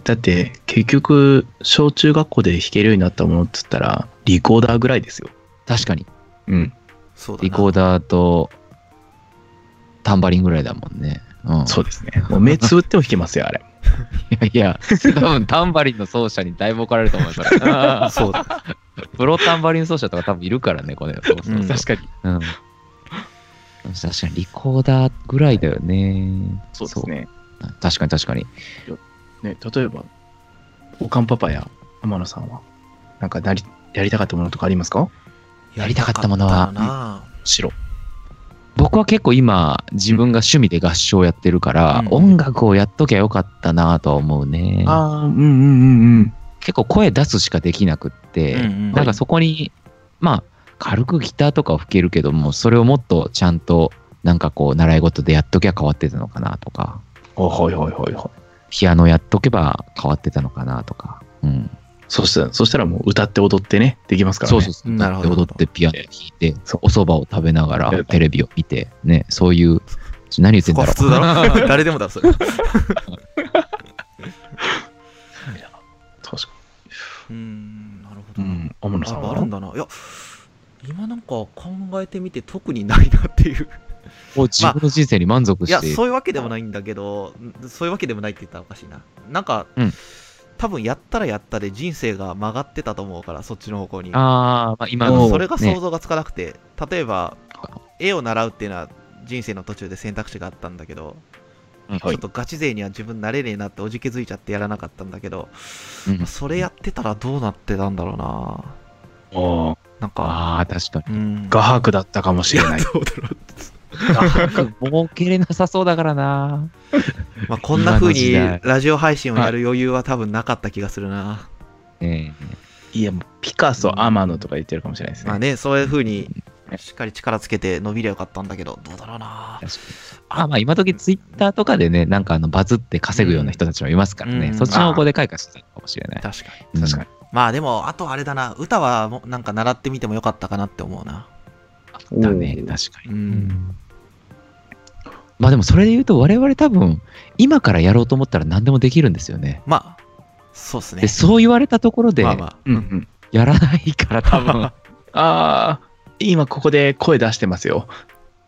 C: だって結局小中学校で弾けるようになったものっつったらリコーダーぐらいですよ。
B: 確かに。
C: うん、
A: そうだ
B: リコー
A: な
B: ダーとタンバリンぐらいだもんね。うん、
C: そうですね。もう目つぶっても弾けますよ、あれ。
B: いやいや、多分タンバリンの奏者にだいぶ怒られると思うよそれ
A: そうだ
B: プロタンバリン奏者とか多分いるからね、これ。そうそう
A: うん
B: そう
C: 確かに。
B: うん確かにリコーダーぐらいだよね。
C: そうですね。
B: そう。確かに確かに。
C: ね、例えば、おかんパパや天野さんは、なんかなりやりたかったものとかありますか
B: やりたかったものは
A: やりたかっ
C: 白。
B: 僕は結構今自分が趣味で合唱やってるから、
A: うん
B: 音楽をやっときゃよかったなとは思うね。
C: ああ、うんうんうんうん。
B: 結構声出すしかできなくって、
A: うんうん
B: なんかそこにまあ軽くギターとかは吹けるけどもそれをもっとちゃんとなんかこう習い事でやっときゃ変わってたのかなとか
C: はいはいはいはい。
B: ピアノやっとけば変わってたのかなとか、うん、
C: そしたら、そしたらもう歌って踊ってね、できますから
B: そ
C: ね。
B: うそうそう
A: なるほど
B: 踊ってピアノ弾いて
C: そう
B: お蕎麦を食べながらテレビを見てねそういう何言っ
A: そ
B: てん
A: こ
B: だ
A: は普
B: ろう
A: 通だ ろ誰でもだろそれ
C: 確か
A: うんなるほ
C: う
A: どな、
C: ん、天野さん
A: あ
C: は
A: あるんだないや今なんか考えてみて特にないなっていう
B: もう自分の人生に満足
A: いや
B: して、
A: そういうわけでもないんだけどんそういうわけでもないって言ったらおかしいななんか、
B: うん
A: 多分やったらやったで人生が曲がってたと思うからそっちの方向に
B: あー、まあ今
A: あの
B: の
A: それが
B: ね
A: 想像がつかなくて、例えば絵を習うっていうのは人生の途中で選択肢があったんだけど、
B: うん
A: ちょっとガチ勢には自分なれねえなっておじけづいちゃってやらなかったんだけど、
B: うん
A: それやってたらどうなってたんだろうな
C: ああ
A: なんか
B: あー確かに
A: うん
C: 画伯だったかもしれない。
A: どうだろう
B: 儲けれなさそうだからな
A: まあ、こんな風に
B: 今の時代
A: ラジオ配信をやる余裕は多分なかった気がするな。
B: え
C: いや、もうピカソ、天野とか言ってるかもしれないです
A: まあ
C: ね。
A: ね、そういう風にしっかり力つけて伸びりゃよかったんだけど、どうだろうな
B: え。確かにあまあ今時ツイッターとかでねなんかあのバズって稼ぐような人たちもいますからね、
A: うん
B: そっちの方向で開花してたかもしれない
A: 確かに。
B: うん
C: 確かに。
A: まあでも、あとあれだな、歌はもうなんか習ってみてもよかったかなって思うな。
B: あったね
C: お
B: 確
C: ー
B: か
A: う
B: に、
A: ん。
B: まあでもそれで言うと我々多分今からやろうと思ったら何でもできるんですよね
A: まあ、そうっすね
B: で。そう言われたところで
A: まあまあ。
C: うんうん。
B: やらないから多分、
C: ああ、今ここで声出してますよ。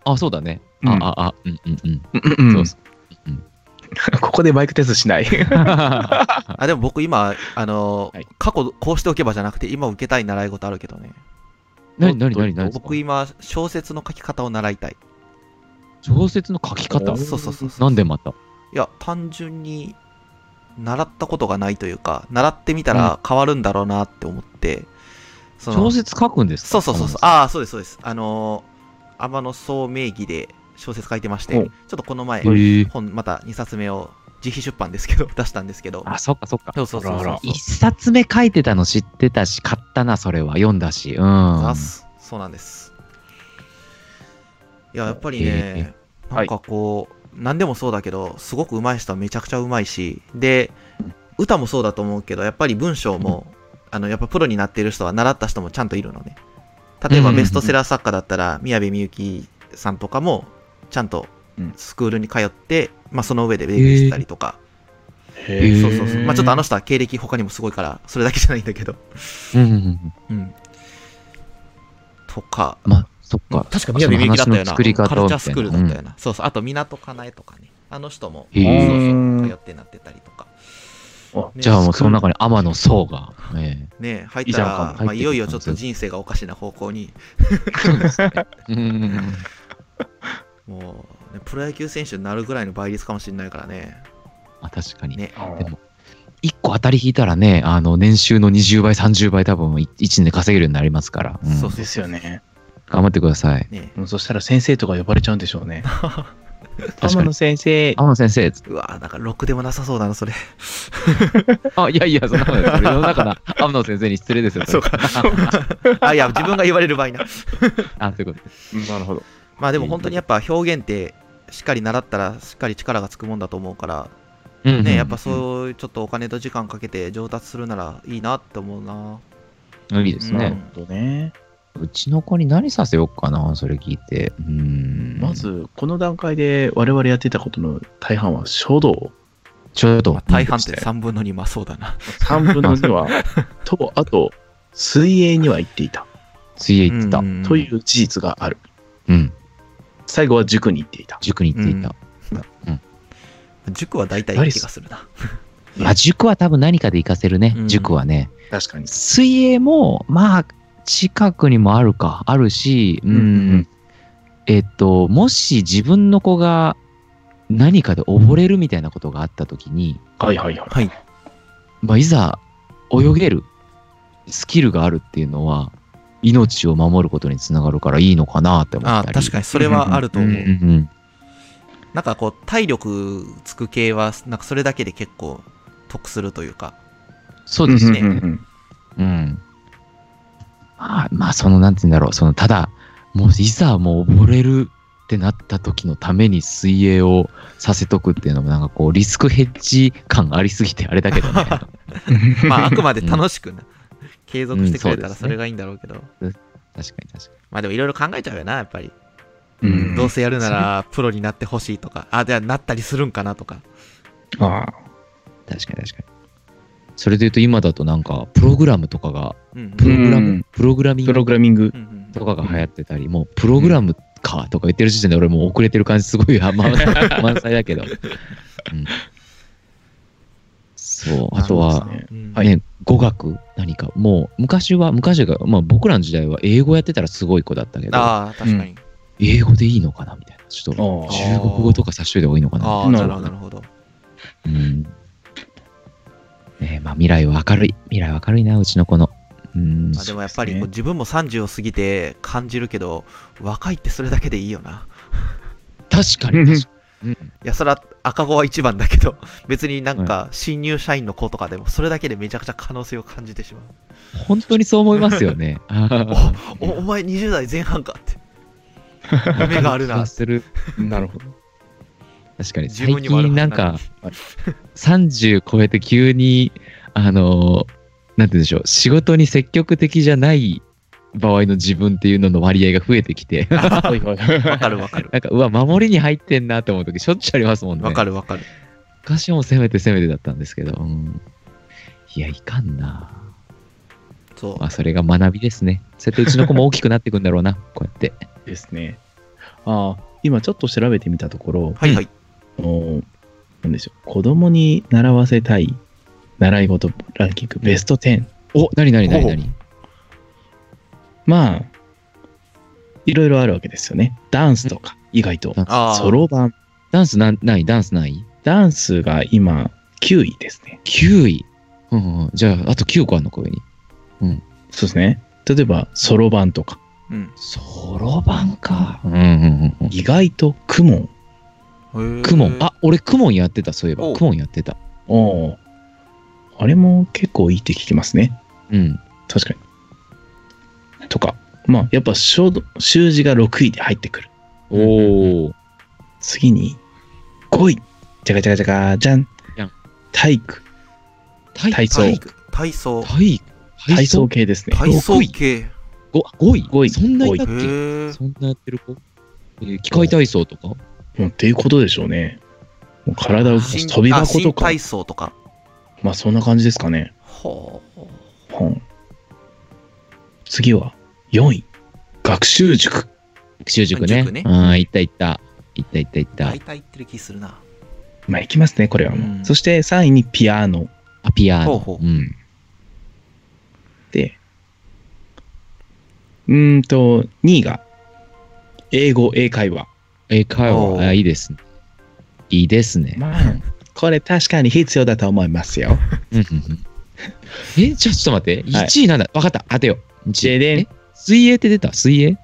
B: あそうだね、
C: うん
B: あああうんうんうん
C: うんうん
B: そううんそ。ううん
C: ここでマイクテストしない。
A: あでも僕今、あのー
C: はい
A: 過去こうしておけばじゃなくて、今受けたい習い事あるけどね。
B: 何何何何
A: 僕今、小説の書き方を習いたい。
B: 小説の書き方
C: お
A: そうそうそうそう。
B: なんでまた
A: いや、単純に、習ったことがないというか、習ってみたら変わるんだろうなって思って、その
B: 小説書くんですか
A: そうそうそうそう。ああ、そうです、そうです。あのー天野総名義で小説書いてまして、ち
C: お
A: ょっとこの前、
B: へえ
A: 本、また2冊目を自費出版ですけど、 出したんですけど、
B: あそっかそっか
A: そうそうそう
C: あ
A: そ
C: らあ
A: う
C: ら。
B: 一冊目書いてたの知ってたし買ったなそれは読んだしうん
A: ざっすそうなんです。いや、やっぱりね、なんかこう、何でもそうだけど、すごく上手い人はめちゃくちゃ上手いし、で、歌もそうだと思うけど、やっぱり文章も、あの、やっぱプロになっている人は習った人もちゃんといるのね。例え
B: う
A: ば
B: んうんうん
A: ベストセラー作家だったら、宮部みゆきさんとかも、ちゃんと
C: うん
A: スクールに通って、まあその上で勉強してたりとか、
B: えー
A: そうそうそう。まあちょっとあの
C: 人
A: 人は経歴他にもすごいから、それだけじゃないんだけど。
B: うんうんうん
A: うん。とか、
B: まあ、そっ
A: うん
B: か。
A: 確か宮部みゆきだったよ
B: その話の
A: な。
B: 作り方
A: カルチャースクールだったよ
B: み
A: な。そうそう。あと、港かなえとかね。あの人も、
B: へ
A: そう
B: ー
A: そう。通ってなってたりとか。ね
B: じゃあもうその中に天野壮が、ね
A: ね入っ
B: いい
A: た
B: じゃん
A: ら、
B: か
A: まあ、
B: 入ってきたんですよ
A: いよいよちょっと人生がおかしな方向に、
B: え、うん
A: もう、ね、プロ野球選手になるぐらいの倍率かもしれないからね。
B: あ確かに。
A: ね。
B: でも一個当たり引いたらね、あの年収の20倍、30倍、多分い一年で稼げるようになりますから、うん
A: そうそう
C: ですよね。
B: 頑張ってください。
A: ね
C: もうそしたら先生とか呼ばれちゃうんでしょうね。
B: 確かに。
C: 先生。
B: 天野先生、
A: うわなんかろくでもなさそうだな、それ。
B: あ、いやいや、そんなことないです。世の 中の天野先生に失礼ですよ。それ
A: か。 あ、いや、自分が言われる場合な。
B: あ、そういうことです。
C: なるほど。
A: まあでも本当にやっぱ表現って、しっかり習ったら、しっかり力がつくもんだと思うから、
B: うんうん
A: ね、やっぱそういうちょっとお金と時間かけて上達するならいいなって思うな。
B: いいです
A: うん
C: な
B: ね
C: る。ほどね。
B: うちの子に何させようかな、それ聞いて。うん。
C: ま、ず、この段階で我々やってたことの大半は書道。
B: ちょっと、
A: 大半って3分の2、まあそうだな。
C: 3分の2は、と、あと、水泳には行っていた。
B: 水泳行ってた。
A: うん
C: という事実がある。
B: うん。
C: 最後は塾に行っていた。
B: 塾に行っていた。
A: 塾は大体いい気がするな。
C: うん
B: あ、塾は多分何かで行かせるね
A: う。ん
B: 塾はね。
C: 確かに。
B: 水泳も、まあ、近くにもあるか、あるし、うん。
C: うんうん
B: えっと、もし自分の子が何かで溺れるみたいなことがあったときに、
C: はいはいはい。
A: はい。
B: まあ、いざ泳げるスキルがあるっていうのは命を守ることにつながるからいいのかなって思った
A: あ
B: り
A: 確かにそれはあると思う。
B: うんうん
A: なんかこう、体力つく系は、なんかそれだけで結構得するというか。
B: そうですね、
C: う
B: うんん
C: うんうん
B: まあまあそのなんて言うんだろうそのただもういざもう溺れるってなった時のために水泳をさせとくっていうのもなんかこうリスクヘッジ感ありすぎてあれだけ どね
A: まあ、あくまで楽しくな。継続してくれた
B: うんそうで
A: ら
B: すね
A: それがいいんだろうけど。
B: 確かに確か
A: まあでもいろいろ考えちゃうよな、やっぱり。
C: うん
A: どうせやるならプロになってほしいとか、あ、じゃあなったりするんかなとか。
C: ああ
B: に確かに確かにそれで言うと今だとなんかプログラムとかが
A: うん
B: プログラム、
C: うん
B: プログラミン
C: プ
B: グ
C: ログラミング
A: う。んうん
B: とかが流行ってたり、もうプログラムかとか言ってる時点で俺もう遅れてる感じすごいあま満載だけど。うん、そう、あとは、
C: そうですね
A: うん
B: ね、語学何か、もう昔は、昔が、まあ僕らの時代は英語やってたらすごい子だったけど、
A: ああ、確かに。
B: 英語でいいのかなみたいな。ちょっと
C: あ
B: 中国語とかさしといた方がいいのかな。
A: ああ、なる
C: なる
A: ほ
C: ほ
A: ど、な
C: ど
A: るほど。
B: うん。ねえまあ未来は明るい。未来は明るいな、うちの子の。うん。
A: まあ、でもやっぱり
C: そう
A: こ
C: ですね
A: う自分も30を過ぎて感じるけど、若いってそれだけでいいよな。
B: 確かに確かに。うん
A: いや、それは赤子は一番だけど、 別になんか新入社員の子とかでも、それだけでめちゃくちゃ可能性を感じてしまう。
B: 本当にそう思いますよね。
A: おお前20代前半かって。夢がある
B: 気
A: な
B: が。する
C: なるほ ど。
B: 確かに
A: 自分
B: 最
A: にもある
B: 近なん
A: は
B: か30超えて急にあのなんて言うんでしょう仕事に積極的じゃない場合の自分っていうのの割合が増えて きて
C: はいはいはい
A: わかるわ かる。
B: なんかうわ守りに入ってんなって思う時しょっちゅうありますもんね
A: わかるわかる。
B: 昔はもう攻めて攻めてだったんですけど、うんいやいかんな
A: そう
B: ま。あそれが学びですねそうやってうちの子も大きくなっていくんだろうなこうやって
C: ですね。ああ、今ちょっと調べてみたところ、
A: はいはい。
C: あのなんでしょう、子供に習わせたい習い事ランキングベスト10。
B: お何何何何
C: まあ、いろいろあるわけですよね。ダンスとか、意外と。
A: ああ。
C: そろばん。
B: ダンスなんないダンスない
C: ダンスが今、9位ですね。
B: 9位。うんうん、じゃあ、あと9個あるのか、上に。
C: そうですね。例えば、そろばんとか、
A: うん。
B: そろばんか。うんうんうん。
C: 意外と公文。
A: へえ
B: クモン。あ、俺、クモンやってた、そういえ
A: お
B: ば。
A: う
B: クモンやってた。
C: おお。あれも結構いいって聞きますね。
B: うん。
C: 確かに。とか、まあ、やっぱ書道、習字が6位で入ってくる。
B: おお。
C: 次に、5位。じゃがじゃがじゃがじゃん
B: じゃん。
C: 体育。体操
A: 体育体操
B: 体育。
C: 体操系ですね。
A: 体操
B: 六位
A: 系
B: ご5位
C: 五位
B: そんなにいたっ
A: へ
B: け
A: ー
B: そんなやってる子、えー機械体操とか
C: もうっていうことでしょうね。もう体を動かす
A: 新
C: 飛び
A: あ
C: 箱
A: 新
C: とか
A: 体。操とか
C: まあそんな感じですかね。
A: ほう
C: うん次は、4位。学習塾。
B: 学習塾ね。
A: 塾ね
B: うん、行った行った。行った行った行った
A: 大。体言ってる気するな
C: まあいきますね、これはもう。
A: うん
C: そして3位にピアノ。
B: アピアー
A: ほう
B: ノ。
A: ほう
B: うん。
C: で、うーんと、2位が、英語、英会話。
B: 英会
A: お
B: 話。
A: ー
B: あ、いいですね。いいですね。
C: まあ、これ確かに必要だと思いますよ。
B: うんうんうんえ、じゃあちょっと待って。
C: はい
B: 1位なんだ。わかった。当てよう。
C: ジェデン
B: え水泳って出た水泳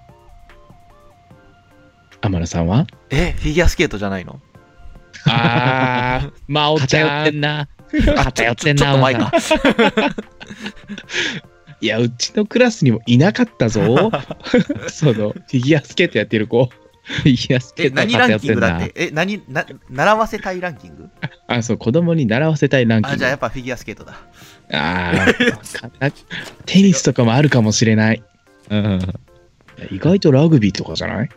C: 天野さんは
A: えフィギュアスケートじゃない の
C: ああ、まおち
B: 偏っ
C: ゃ
B: て
C: ん。
B: ん
A: あ
B: な。
A: ちょ
B: 偏ってんな。
A: ちょっと前か
C: いや、うちのクラスにもいなかっ たぞ。その、フィギュアスケートやってる子。
B: いや、ス
A: え
B: ケート
A: 何ランキングだっ
B: 偏
A: てえ何な習わせたいランキング
C: あ、そう、子供に習わせたいランキング。
A: あじゃあやっぱフィギュアスケートだ
C: あーわかんなテニスとかもあるかもしれない。
B: んな。うん
C: 意外とラグビーとかじゃない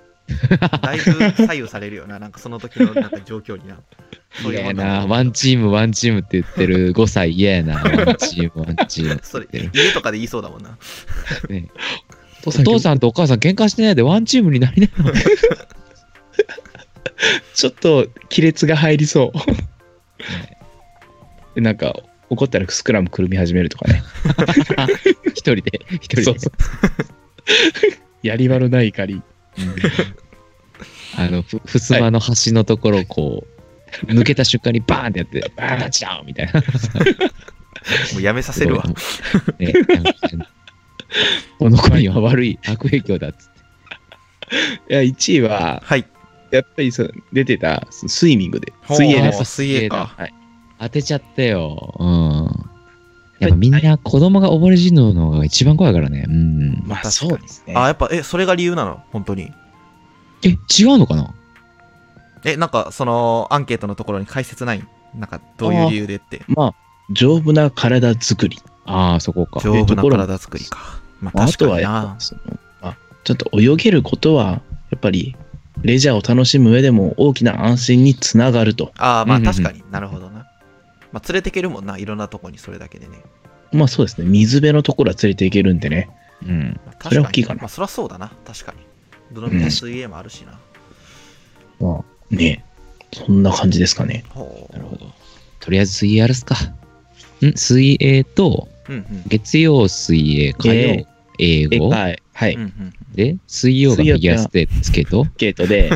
A: だいぶ左右されるよな、なんかその時のなんか状況にな。そういう
B: 嫌
A: も
B: や
A: んだ
B: な。ワンチーム、ワンチームって言ってる5歳 嫌やな。ワンチーム、ワンチームって
A: そ
B: 言っ
A: れ
B: てる。
A: 家とかで言いそうだもんな。
B: ね
C: お
B: お父さんとお母さん喧嘩してないでワンチームになりなよ。
C: ちょっと亀裂が入りそう。なんか怒ったらスクラムくるみ始めるとかね。
B: 一人で、一人
C: そう
B: で。
C: そうやり場のない怒り。
B: あの、ふ、ふすまの端のところをこう、抜けた瞬間にバーンってやって、バーンタッチダウンみたいな。
A: もうやめさせるわ。
B: ね この子には悪い悪影響だっつって。
C: いや1位は
A: はい。
C: やっぱりそう出てたそのスイミングで
A: ほう
C: 水泳で
A: あ
C: す。
A: 水泳か。
C: はい、
B: 当てちゃってよ。うん。やっぱみんな子供が溺れ死ぬのが一番怖いからね。うん。
C: ま
A: 確か
C: あ
A: に
C: そうですね。
A: あ、やっぱ、え、それが理由なの本当に。
B: え、違うのかな
A: え、なんか、その、アンケートのところに解説ないなんか、どういう理由でって。
C: まあ丈夫な体作り。
B: ああ、そこか。
A: 丈夫な体作りか。まあ、
C: あ
A: 確
C: と
A: か
C: は
A: に
C: やっ
A: な
C: ぱ。その、まあ、ちょっと泳げることはやっぱりレジャーを楽しむ上でも大きな安心につながると。
A: ああ、ま
B: う
A: あ
B: んうんうん
A: 確かになるほどな。まあ、連れてけるもんな、いろんなとこにそれだけでね。
C: まあそうですね。水辺のところは連れていけるんでね。
B: うん。
A: まあ
C: それは
A: 確
C: 大きいか
A: に
C: な
A: まあ、そりゃそうだな、確かに。どのみち水泳もあるしな。
C: まあね。そんな感じですかね。
A: ほう。
B: なるほど。とりあえず水泳やるっすか。ん水泳と、
A: うんうん。
B: 月曜水泳、火曜英
C: え、
B: 語、
C: はい。はい。
A: うんうん
B: で、水曜がフィギュアスケート、
C: ゲート で、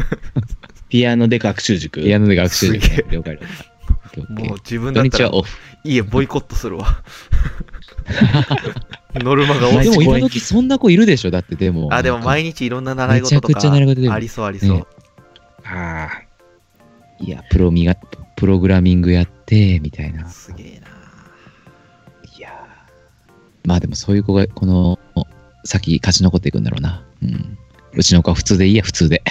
C: ピアノで学習塾。
B: ピアノで学習
A: すげえ
B: 塾。了解了解。オッケー
A: もう
B: オッケー
A: 自分だ
B: 土
A: った
B: 日
A: ら
B: はオフ。
A: 家ボイコットするわ ノルマが多
C: 毎
B: で
A: い
B: も
C: 日公
B: 今
C: 園
B: 時そんな子いるでしょだってでも。
A: あでも
B: 毎
A: 毎日いろんな習い事と
B: めちゃくちゃ習い事で
A: かありそうありそう、
B: ね
C: ああ。
B: いや、プロミが、プログラミングやって、みたいな。
A: すげえない
B: やーまあでもそういう子が、この、先勝ち残っていくんだろうな。うん。うちの子は普通でいいや、普通で。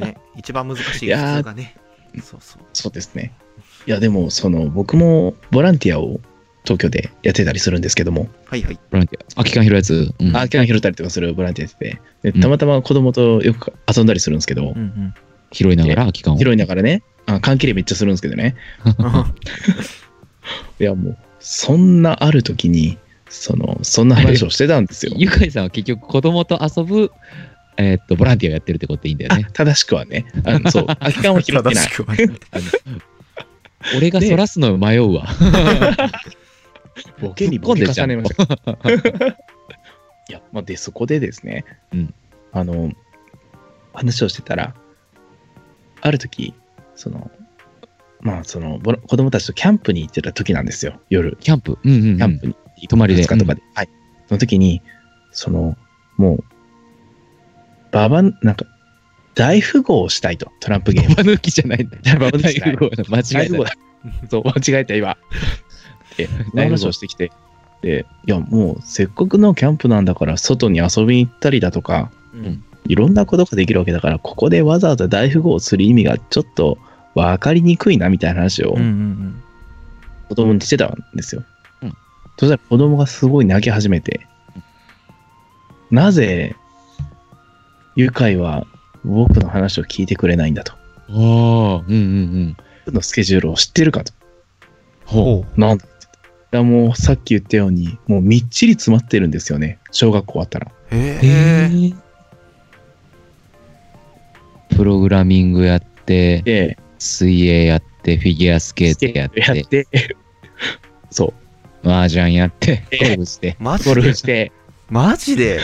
A: ね、一番難し
C: い
A: い
C: やー
A: 普通がねそうそう
C: そうですね。いや、でも、その、僕もボランティアを東京でやってたりするんですけども、
A: はいはい
B: ボランティア。空き缶拾うやつ。うん
C: あ、キャン拾ったりとかするボランティアやって
B: う
C: て、
B: ん
C: でたまたま子供とよく遊んだりするんですけど
A: うん、うん
B: 拾いながら空き缶を。。
C: 拾いながらね、あ缶切りめっちゃするんですけどね。いや、もう、そんなある時に、その、そんな話をしてたんですよ
B: ゆかいさんは結局子供と遊ぶ、えーっと、ボランティアをやってるってことでいいんだよ
C: あ
B: ね。
C: 正しくはね。あのそう。空き缶を拾っ
A: 正
C: てない
A: し。くはね
B: 俺がそらすの迷うわ。
C: ボケに
B: 突
C: ボ
B: っ込ん
C: ケ
B: でっ
C: 重
B: ちゃう
C: ねました。いや、まあ、で、そこでですね、
B: うん
C: あの、話をしてたら、ある時、その、まあ、その、ぼら子供たちとキャンプに行ってた時なんですよ、夜、
B: キャンプ。うんうん、うん。
C: キャンプに。
B: 泊まりで
C: 2日とかで。はい。その時に、その、もう、ババン、なんか、大富豪をしたいと、トランプゲーム。
B: ババ抜きじゃないんだ。
C: ババ抜きじゃない
B: 大富豪だ間違
C: 大
B: え
C: 富豪だ
B: た。。
C: そう、間違えた、今。 で、
B: 豪
C: 話をしてきて。で、いや、もう、せっかくのキャンプなんだから、外に遊びに行ったりだとか、
A: うん
C: いろんなことができるわけだから、ここでわざわざ大富豪をする意味がちょっと分かりにくいなみたいな話を
A: うんうん
C: 子供にしてたんですよ。
B: うん
C: そしたら子供がすごい泣き始めて、なぜ、愉快は僕の話を聞いてくれないんだと。
B: ああ、うんうんうん。
C: 僕のスケジュールを知ってるかと。
B: ほう。
C: なんだっていやもうさっき言ったように、もうみっちり詰まってるんですよね。小学校終わったら。
A: うん。へ
B: へ
A: え。
B: ープログラミングやって、
C: で、
B: 水泳やって、フィギュアスケートやっ、
C: やってて、 そう、
B: 麻雀やって、ゴルフして、
A: マジ
B: ゴル
A: で
B: フして、
A: マジで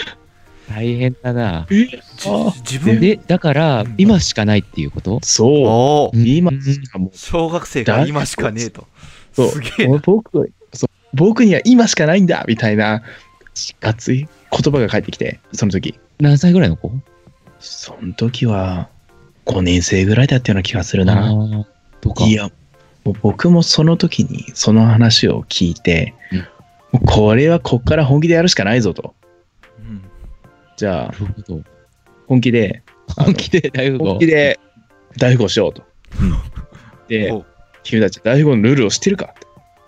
B: 大変だな。
A: じ
C: あ
A: 自分
B: で、だから、今しかないっていうこと
C: そ
A: お
B: う
A: ー
B: ん
C: う、今しかもう
A: 小学生が今しかねえと。
C: そう
A: すげえな。
C: 僕そう僕には今しかないんだみたいな、がつい言葉が返ってきて、その時。
B: 何歳ぐらいの子
C: その時は、5年生ぐらいだったような気がする
B: あ
C: な。
B: ーとか。
C: いや、もう僕もその時にその話を聞いて、
B: うん
C: もうこれはこっから本気でやるしかないぞと。
A: うん
C: じゃ
B: な
C: あ、
B: るほど。
C: 本気で、あの
B: 本気で大富豪
C: 本気。で大富豪しようと。で
A: お、う
C: 君たち大富豪のルールを知ってるか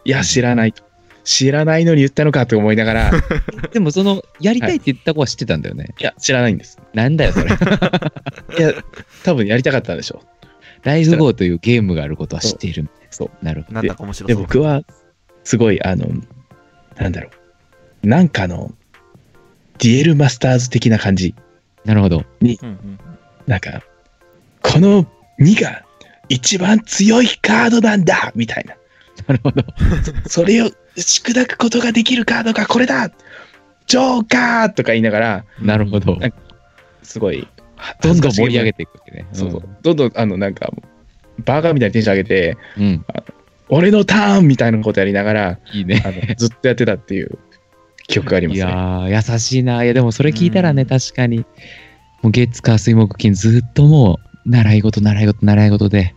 C: いや、知らないと。知らないのに言ったのかと思いながら、い
B: でも、その、やりたいって言った子は知ってたんだよね。
C: や、知らないんです。
B: なんだよ、それ。
C: い や、多分やりたかったんでしょ
B: 大富豪というゲームがあることは知っている。。
C: そう
B: なるほど。
A: なんだか面白
C: う。
A: そ
C: で、
A: う。
C: 僕は、すごい、あの、なんだろう。なんかの、デュエルマスターズ的な感じ。
B: なるほど。
A: うんうん
C: なんか、この2が一番強いカードなんだみたいな。
B: なるほど。
C: それを打ち砕くことができるカードがこれだジョーカーとか言いながら、
B: なるほど。
C: なんすごい、
B: どんどん盛り上げ
C: て。
B: ていくわけね。
C: そうそう。どんどん、あの、なんか、バーガーみたいにテンション上げて、
B: うん。うん。
C: 俺のターンみたいなことやりながら、
B: いいね。
C: あの ずっとやってたっていう記憶がありま
B: い
C: すね。
B: やー、優しいな。いや、でもそれ聞いたらね、
A: うん
B: 確かに。もう月、火、水、木、金、ずっともう、習い事、習い事、習い事で、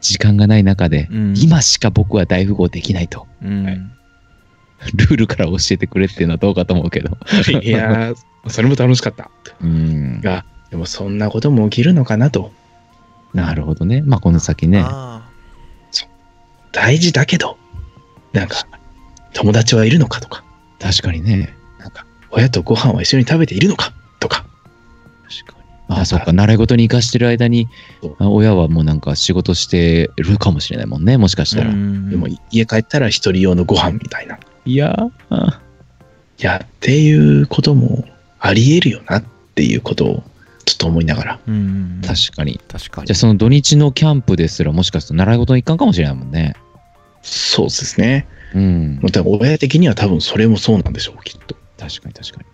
B: 時間がない中で、
A: うん
B: 今しか僕は大富豪できないと。
A: うん
C: はい
B: ルールから教えてくれっていうのはどうかと思うけど。
C: いやーそれも楽しかった。
B: うん。
C: が、でもそんなことも起きるのかなと。
B: なるほどね。まあ、この先ね。
A: あ
C: 大事だけど、なんか、友達はいるのかとか、
B: 確かにね。
C: なんか、親とご飯は一緒に食べているのかとか、
B: 確かに。ああ、そっか。習い事に生かしてる間に
C: そう、
B: あ親はもうなんか仕事してるかもしれないもんね。もしかし
A: ー
B: たら。
A: うん
C: でも家帰ったら一人用のご飯みたいな。い
B: いやー。
C: や、っていうこともあり得るよなっていうことをちょっと思いながら。
A: うんうんうん
B: 確かに。
A: 確かに
B: じゃあその土日のキャンプですらもしかすると習い事の一環かもしれないもんね。
C: そうですね。
B: うん
C: も。う多分親的には多分それもそうなんでしょう、きっと。
B: 確かに確かに。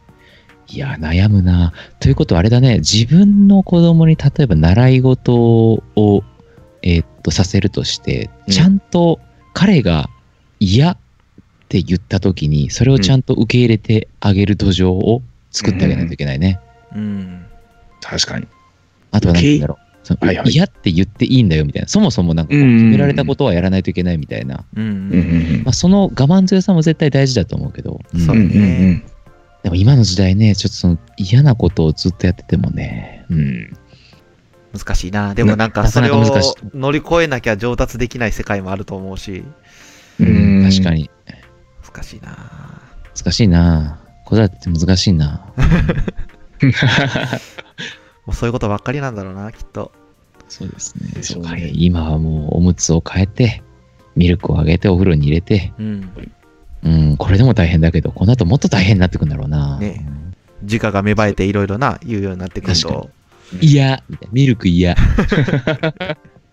B: いや、悩むな。ということはあれだね、自分の子供に例えば習い事を、えーっと、させるとして、
C: うん
B: ちゃんと彼が嫌って言った時に、それをちゃんと受け入れてあげる土壌を作ってあげないといけないね。
A: うん
C: 確かに。
B: あとは何だろう。その
C: はいはい
B: 嫌って言っていいんだよみたいな。そもそもなんかこう
C: うんうんうん
B: 決められたことはやらないといけないみたいな。
A: うんうん
C: うんうん
B: まあ、その我慢強さも絶対大事だと思うけど、
A: そう
C: うん。うんうんうん。
B: でも今の時代ね、ちょっとその嫌なことをずっとやっててもね、うん、
A: 難しいな。でもなんか
B: な
A: それを
B: なかなか難しい
A: 乗り越えなきゃ上達できない世界もあると思うし、
C: うん
B: 確 かに
A: 難しいな。
B: 難しいな子育てって難しいな
A: もうそういうことばっかりなんだろうな、きっと。
B: そうですね
C: でしょうね
B: 今はもうおむつを変えて、ミルクをあげてお風呂に入れて、
A: うん。
B: うん、これでも大変だけど、この後もっと大変になってくんだろうな、
A: ね自我が芽生えていろいろな言うようになってくる
B: 確
A: と。
B: うん嫌みたいなミルク嫌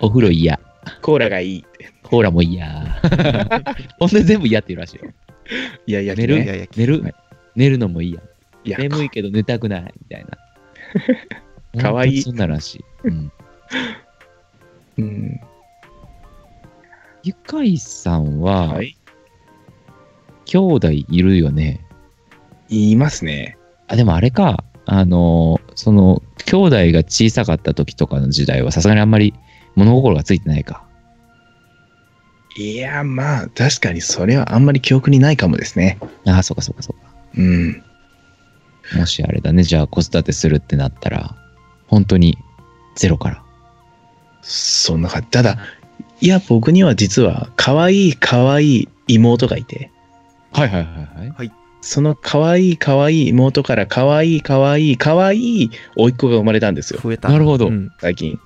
B: お風呂嫌
C: コーラがいいって。
B: コーラも嫌ほんで全部嫌って言うらしいよ
C: いやいや、
B: 寝
A: い
B: る
A: やいや、
B: 寝る、
C: はい
B: 寝るのもいいや。
C: いや、
B: 眠いけど寝たくないみたいな。
C: かわいい
B: 本当にそんならしい。うん、
C: うん。
B: ゆかいさんは、
C: はい。
B: 兄弟いるよね。
C: 言いますね。
B: あ、でもあれか。あのー、その、兄弟が小さかった時とかの時代は、さすがにあんまり物心がついてないか。
C: いや、まあ、確かにそれはあんまり記憶にないかもですね。
B: ああ、そうかそうかそうか。
C: うん。
B: もしあれだね、じゃあ子育てするってなったら、本当にゼロから。
C: そんな感じ。ただ、いや、僕には実は、可愛い可愛い妹がいて、
B: はいはいはいはい。
C: その可愛い可愛い妹から可愛い可愛い可愛い甥っ子が生まれたんですよ、
A: 増えた
B: なるほど
A: うん
C: 最近。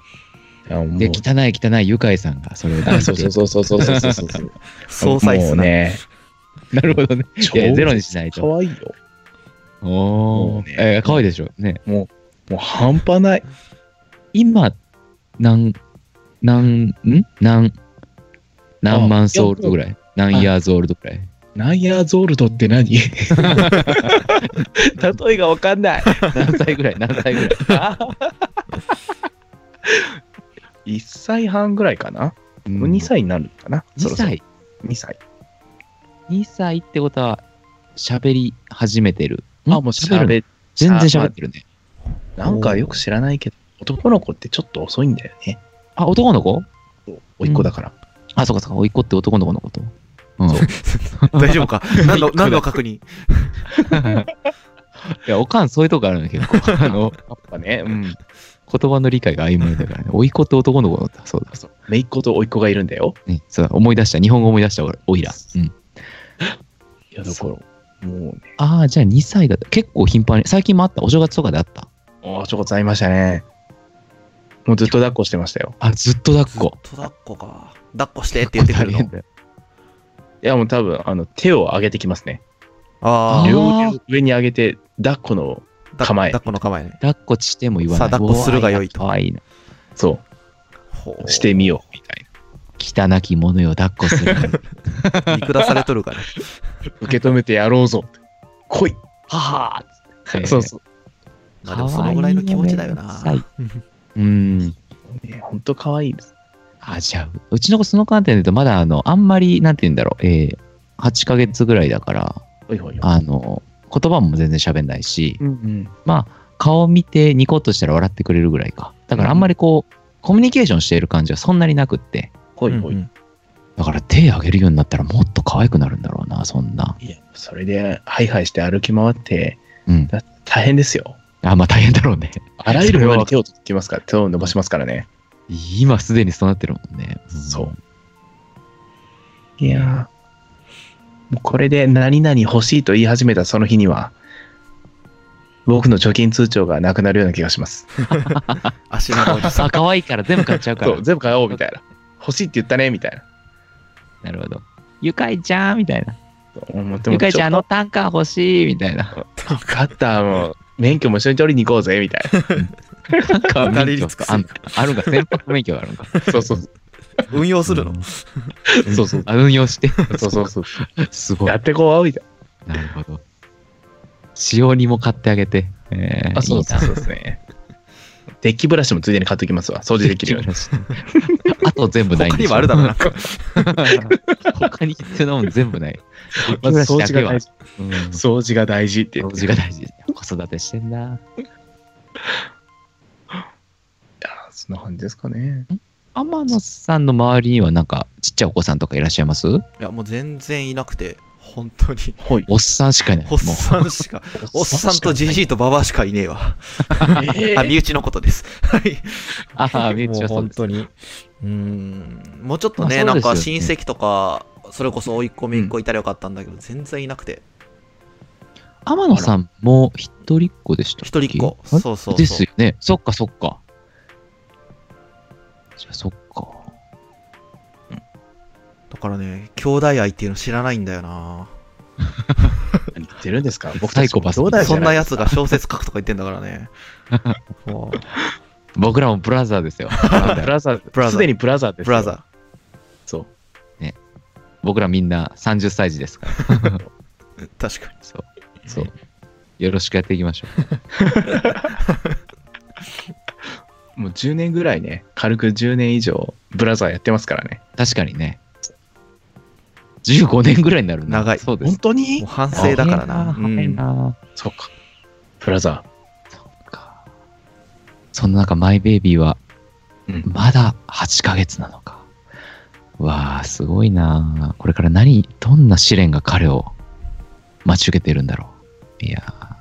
C: あもう
B: で、汚い汚いゆかいさんがそれを
C: あ
B: 出
C: そうそう
B: して。
C: そうそうそうそうそうそう。
A: 総裁っ
C: も
A: す
C: う
A: な
C: ね、
B: なるほどね。 いや、ゼロにしない
C: 可
B: と。
C: 愛いよ。
B: お
C: もう
B: お
C: ね。
B: えー、可愛いでしょ。ね。
C: もう半端ない。
B: 今、何、何、ん何、何万ソールドぐらい何イヤーズオールドぐらい
C: ナイアーゾールドっ て何 例えがわかんない。
B: 何歳ぐらい何歳ぐ らい
C: 1歳半ぐらいかな、もう ?2 歳になるかな
B: 2歳
C: ?2 歳。
B: 2歳ってことは喋り始めてる。
C: あ、もう
B: 喋る
C: 喋る。
B: 全然喋ってるね。
C: なんかよく知らないけど、男の子ってちょっと遅いんだよね。
B: あ、男の子
C: おいっ子だから。
B: あ、そうかそうか。甥っ子って男の子のこと。うん、い
A: 大丈夫か何の何の確認
B: や、おかんそういうとこあるんだけど、あの、
C: やっぱね、う。
B: うんん、言葉の理解が曖昧だからね。甥っ子って男の子だった。そうだ。
C: めいっ子とおいっ子がいるんだよ。
B: ね、そうだ思い出した。日本語思い出した、俺おいら。うん、
C: いや、だから、もうね。
B: ああ、じゃあ2歳だった。結構頻繁に。最近もあった。お正月とかであった。
C: おー、ちょこちょいましたね。もうずっと抱っこしてましたよ。
B: あ、ずっと抱っ
A: ずっ
B: こ。
A: と抱っこか抱っこしてって言ってくるの
C: いや、もう多分、あの、手を上げてきますね。
A: ああ
B: ー
C: 両手を上に上げて、抱っこの、
A: だ
C: 構え
A: 抱っこの構えね
B: 抱っこしても言わない。
A: さあ抱っこするが良いと
B: かわいいな。
C: そ
A: ほう
C: う、してみよう、みたいな。
B: 汚き者よ、抱っこ するが良い。
A: 見下されとるから
C: 受け止めてやろうぞ。来い。はは
B: えー
C: そうそう。
A: まあでもそのぐらいの気持ちだよな
B: 可 愛いよねうん。
C: ね、ほんと可愛いです。
B: あ、じゃあ、うちの子その観点で言うと、まだあの、あんまり、なんて言うんだろう、えー、8ヶ月ぐらいだから、
C: おいおいおい。
B: あの、言葉も全然喋んないし、
C: うんうん。
B: まあ、顔見てニコッとしたら笑ってくれるぐらいか。だからあんまりこう、コミュニケーションしている感じはそんなになくって、
C: ほい
A: うん
C: ほ
A: う
C: い。
A: ん
B: だから手あげるようになったらもっと可愛くなるんだろうな、そんな。
C: いや、それで、ハイハイして歩き回って、
B: うん。
C: だ大変ですよ。
B: あ、まあ大変だろうね。
C: あらゆるものに手を取ってきますから、手を伸ばしますからね。
B: 今すでにそうなってるもんね。ん
C: そう。いやーもうこれで何々欲しいと言い始めたその日には、僕の貯金通帳がなくなるような気がします。
A: 足長おじさん
B: あ、可愛いから全部買っちゃうか
C: そ
B: ら
C: う、。全部買おうみたいな。欲しいって言ったねみたいな。
B: なるほど。ゆかいちゃんみたいな。
C: そう思っても
B: ゆかいちゃん、あ
C: ちょ
B: の単価欲しいみたいな。
C: っと買った、もう、免許も一緒に取りに行こうぜみたい
B: なん
A: 至
B: か
A: れ
B: 免
A: り
B: 許
A: 尽くせ
B: あんあるんか、船舶免許があるんか。
C: な。そうそうそ
A: 運用するの
B: うん
C: う。そうそう。
B: あ運用して。
C: そうそう そう。
B: すごい
C: や。ってこうみたい
B: なるほど。使用にも買ってあげて。えー
C: な。あ、そうそう
B: いいな
C: そうですね。デッキブラシもついでに買っておきますわ。掃除できる ように。
B: あと全部ない
A: 他
B: んで
A: に
B: しょ
A: もあるだろうな
B: 他に必要なもん全部ない。
C: まず掃除
B: う
C: が大
B: ん
C: 事。
B: 掃
C: 掃除が大事って言って。
B: 除が大事。子育てしてんな。
C: あそんな感じですかね。
B: 天野さんの周りにはなんかちっちゃいお子さんとかいらっしゃいます
A: いやもう全然いなくて本当に
C: はい。
B: おっさんしかいない。
A: おっさんしかおっさんとじじいとばばあしかいねえわあ身内のことですはい
B: ああ、身内はそうです。
A: 当にうーんもうちょっとね
B: ま
A: なん
B: あそう
A: か
B: ですよ
A: 親
B: ね
A: 戚とかそれこそ甥いっ子姪っ子いたらよかったんだけど、全然いなくて
B: 天野さんも一人っ子でしたっ
A: 一
B: け
A: 人っ子そうそうそう
B: ですよね。そっかそっか。じゃあそっか。
A: だからね兄弟愛っていうの知らないんだよな
C: 何言ってるんですか僕
B: サイコパス
C: 兄弟じ
A: そ
C: ゃ
A: んな
C: ない
A: やつが小説書くとか言ってんだから ねもう
B: 僕らもブラザーで すよ。
C: ブラザー、
A: ブラザー
C: すでにブラザーですよ。
A: ブラザ
C: そう。
B: 僕らみんな30歳児ですから。
A: ー確かに
B: そう。そう。よろしくやっていきましょう。
C: もう10年ぐらいね、軽く10年以上、ブラザーやってますからね。
B: 確かにね。15年ぐらいになるな
A: 長い
B: そうです。
C: 当
A: も
C: に
A: う反省だからな
B: 早いな。
C: そうか。ブラザ
B: そっか。そんな中、マイベイビーは
C: ー。うん。
B: まだ8ヶ月なのか。わあ、すごいな。これから何、どんな試練が彼を待ち受けているんだろう。いやー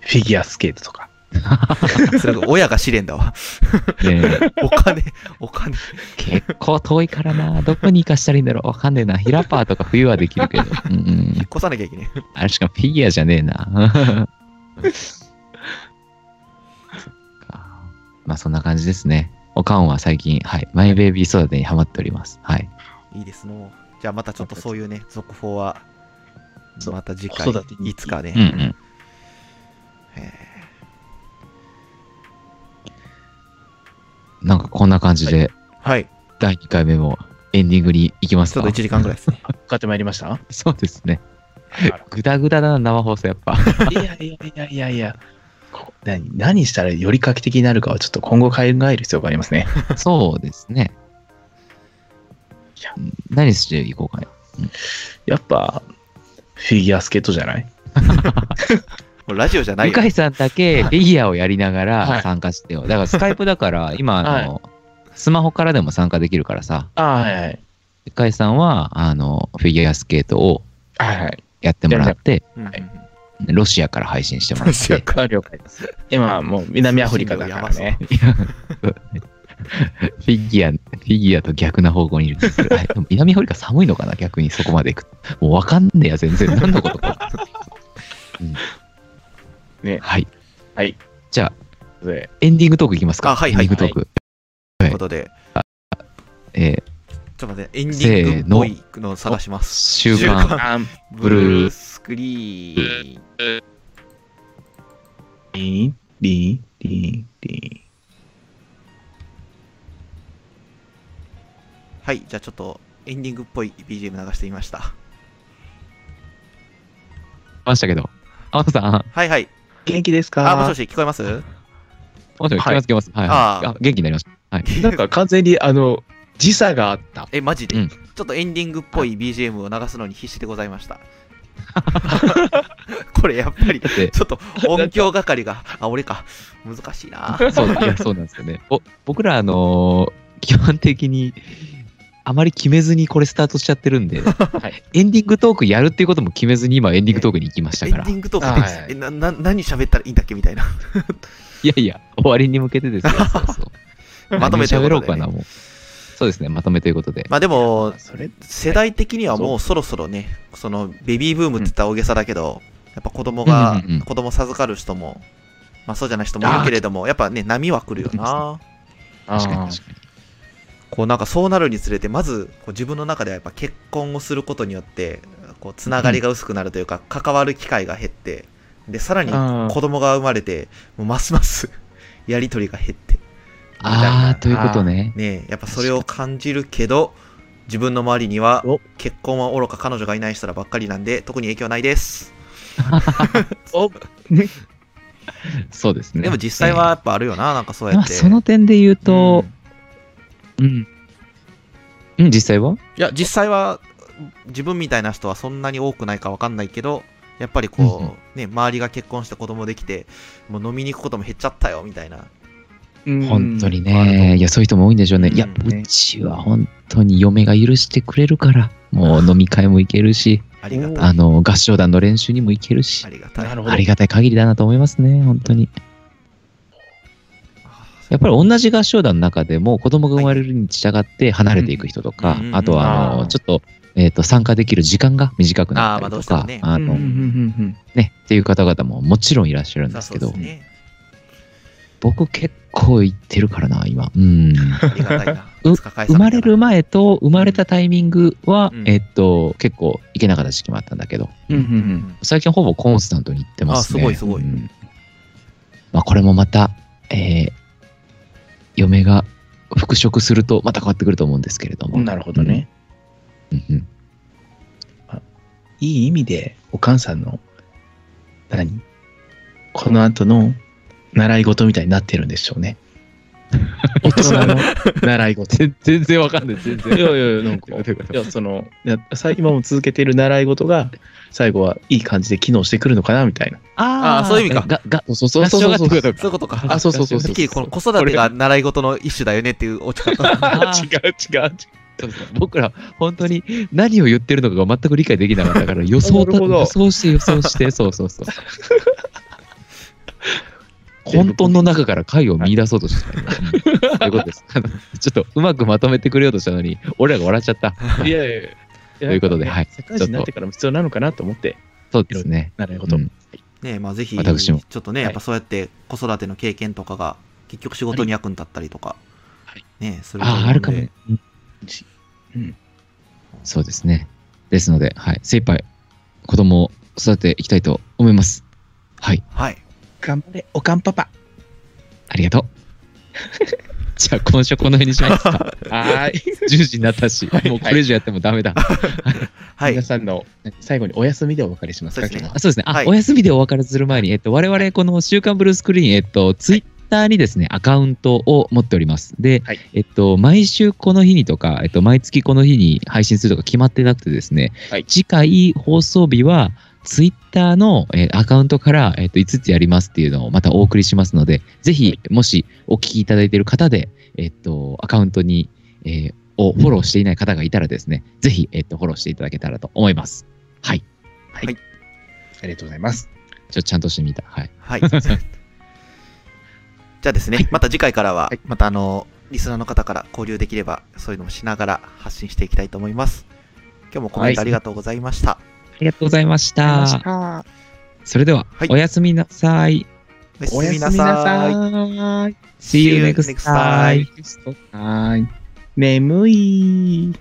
C: フィギュアスケートとか。
A: それは親が試練だ わ。
B: ねえ
A: お金、お金。
B: 結構遠いからな。どこに行かしたらいいんだろう。わかんねえな。ヒラパーとか冬はできるけど。うんうん
A: 引っ。越さなきゃいけない。
B: あれしかもフィギュアじゃねえな。 かまあそんな感じですね。おかんは最近、はい、マイベイビーソーダにハマっております。はい。
A: いいですの。じゃあまたちょっとそういうね、続報は、
C: そう
A: また次
C: 子
A: 回
C: 育て、に
A: いつかね。
B: うんうん。
A: え
B: なんかこんな感じで、
A: ーはい。
B: 第2回目もエンディングに行きます
A: ちょ
B: か
A: っと1時間ぐらい。ですね。
C: 買ってまいりました
B: そうですね。ぐだぐだだな、生放送やっぱ。
C: いやいやいやいやいや。こ何何したらより画期的になるかはちょっと今後考える必要がありますね。
B: そうですね
C: いや。
B: 何していこうかね。
C: やっぱ、フィギュアスケートじゃない
A: もうラジオじゃないよ
B: 向井さんだけフィギュアをやりなが
C: は
B: ら
C: い
B: 参加してよ。だからスカイプだから、今、あの、スマホからでも参加できるからさ、
C: ああ、はいはい。
B: 向井さんは、あの、フィギュアスケートを
C: はいはい。
B: やってもらって、
A: うんうんうん
B: ロシアから配信してもら
A: ロ
B: っ
A: シア
B: て、
A: か
C: 了解です。今はもう南アフリカだからね。
B: フィギュア、フィギュアと逆な方向にいるんですけど、はいでも南アフリカ寒いのかな逆にそこまで行くと。もうわかんねえや、 全然。何のことか。うん
C: ね
B: はい。
C: はい。
B: じゃあ、
C: で
B: エンディングトークいきますか。
A: あはいはい
B: エンディングトーク。
A: ということで、
B: えー
A: ちょっと待って、エンディングっぽいのを探します。
B: 週
A: 週
B: 刊
A: 刊
C: あん
A: ブルースクリーン。
C: リン、リン、リン、リ
A: はい、じゃあちょっとエンディングっぽい BGM 流してみました。
B: ましたけど。天野さん、
A: はいはい。
C: ン。元気です
A: あ、もし
C: か
A: もし、聞こえます
B: もしもし聞きます、聞きます。はい、はい
A: あー
B: あ。元気になりました。
C: なんか完全にあの、時差があった。
A: え、マジで、
B: うん
A: ちょっとエンディングっぽい BGM を流すのに必死でございました。 これやっぱり、ち
B: だって、
A: ょっと音響係が、あ、俺か、難しいな。
B: そういやそうなんですよね。お僕ら、あのー基本的に、あまり決めずにこれスタートしちゃってるんで、
C: い
B: エンディングトークやるっていうことも決めずに今エンディングトークに行きまし
A: エ
B: た
A: ンデ
B: から。
A: ィ
B: い
A: ングとか
C: はい
A: で
C: はい
A: えなな何喋ったらいいんだっけみたいな。
B: やいや、終わりに向けて ですよ。そうそう
A: まとめという
B: 何
A: こ
B: 喋ろ
A: と
B: う
A: でね
B: かな、もう。そうですね、まとめということで。
A: まあでも、
C: それ、
A: 世代的にはもうそろそろね、そのベビーブームって言ったら大げさだけど、やっぱ子供が、
B: うんうんうん
A: 子供授かる人も、まあそうじゃない人もいるけれども、やっぱね、波は来るよな。
B: 確か
C: あ
B: に
C: ー
B: 確かに。
A: こうなんかそうなるにつれてまずこう自分の中ではやっぱ結婚をすることによってこうつながりが薄くなるというか関わる機会が減ってでさらに
C: あー
A: 子供が生まれてもうますます やり取りが減って
B: あー、ということね。
A: ねえやっぱそれを感じるけど自分の周りには
C: お
A: 結婚はおろか彼女がいない人らばっかりなんで特に影響ないです
C: お
B: そうですね。
A: でも実際はやっぱあるよななんかそうや
B: ま
A: っ
B: あ、
A: て
B: その点で言うと、うん。うん、実際はい
A: や実際は自分みたいな人はそんなに多くないかわかんないけどやっぱりこう、
B: うんうん
A: ね周りが結婚して子供できてもう飲みに行くことも減っちゃったよみたいな
C: うん
B: 本当にね。いや、そういう人も多いんでしょうね。
A: うん
B: いや、
C: ね
B: うちは本当に嫁が許してくれるから、もう飲み会も行けるし、
A: ありが
C: お
A: た
B: あ
A: い
B: の、合唱団の練習にも行けるし
A: あ、りがたい
C: なるほど。
B: ありがたい限りだなと思いますね、本当に。やっぱり同じ合唱団の中でも、子供が生まれるに従って離れていく人とか
A: う、ん
B: あとは、あ
C: あー
B: の、ちょっと、えっと、参加できる時間が短くな
A: あー
B: っ
A: まあど
B: たり
A: う
B: と
A: しても
B: か
A: ね、
B: あ
C: うんうん
B: の
C: うん、うんうん
B: ね、っていう方々ももちろんいらっしゃるん
A: さ
B: で
A: あ
B: す
A: そう
B: け
A: で
B: ど
A: す、ね
B: 僕結構行ってるからな、今。うん。
A: ありがたいな
B: う
A: 塚海さん
B: 生
A: みたい
B: ま
A: な
B: れる前と生まれたタイミングは、
A: うん
B: えっと、結構行けなかった時期もあったんだけど、
C: うんうんうん
B: 最近ほぼコンスタントに行ってますね。
A: あすごいすごい
B: うんまあ、これもまた、えー嫁が復職するとまた変わってくると思うんですけれども。
C: なるほどね。
B: うん。うんうん
C: いい意味で、お母さんの、何この後の習い事みたいになってるんでしょうね。大人の習い事。
B: 全全然わかんない、全
C: いや
B: 然。
C: いやいや、なんか、いや、その、いやさ今も続けてる習い事が、最後はいい感じで機能してくるのかなみたいな。
A: あーそういう意味か
B: が が
C: そうそう
B: 合
C: そう
B: 唱
C: そ
B: が
C: う
B: って
C: そう。
B: こと
A: そういうこと
B: か。
A: か
C: あ、そうそうそうそう。
A: てっきりこの子育てが習い事の一種だよねっていう落ち方
B: あー
C: 違う違う違う。
B: そうそう 僕ら本当に何を言ってるのかが全く理解できなかったから予想
C: なる
B: と
C: ほど
B: 予想して予想してそうそうそう混沌の中から解を見出そうとしてた。うんそういうことです。あのちょっとうまくまとめてくれようとしたのに、俺らが笑っちゃった。
C: いやいやいや。と
B: いうことではい
C: 社会人になってからも必要なのかなと思って、
B: そうですね。
C: なるほど。
B: うん
A: ねまあ、ぜひ、
B: 私も
A: ちょっとね、
C: はい
A: やっぱそうやって子育ての経験とかが、結局仕事に役に立ったりとか、
C: はい
A: ねすると思うん
B: あ
A: で
B: あ、あるかも。うん
C: うん
B: そうですね。ですので、はい、精一杯子供を育てていきたいと思います。はい、
A: はい。
C: 頑張れ、おかんパパ。
B: ありがとう。 じゃあ、今週この辺にしますか。
C: はーい。
B: 10時になったし、もうこれ以上やってもダメだ。
A: はい
C: 皆。さんの最後にお休みでお別れしますか、
A: そうですね
C: 今日は
B: あそうですね。あ、
A: はい
B: お休みでお別れする前に、えっと、我々、この週刊ブルースクリーン、えっと、ツイッターにですね、アカウントを持っております。で、
C: はい
B: えっと、毎週この日にとか、えっと、毎月この日に配信するとか決まってなくてですね、
C: はい
B: 次回放送日は、ツイッターの、えーアカウントから、えっと、5つやりますっていうのをまたお送りしますので、ぜひ、もしお聞きいただいている方で、えっと、アカウントに、えーをフォローしていない方がいたらですね、ぜひ、えっと、フォローしていただけたらと思います。はい。
C: ありがとうございます。
B: ちょっとちゃんとしてみた。はい。
A: はい。 じゃあですね、また次回からは、
C: はい
A: またあの、リスナーの方から交流できれば、そういうのもしながら発信していきたいと思います。今日もコメントありがとうございました。
B: ありがとうございました。それでは、
A: はい
B: おやすみなさい。
A: お
C: お
A: やす
C: やす
A: み
C: み
A: な
C: な
A: さい。
C: さい。
B: See you next time.
C: はーい。眠い。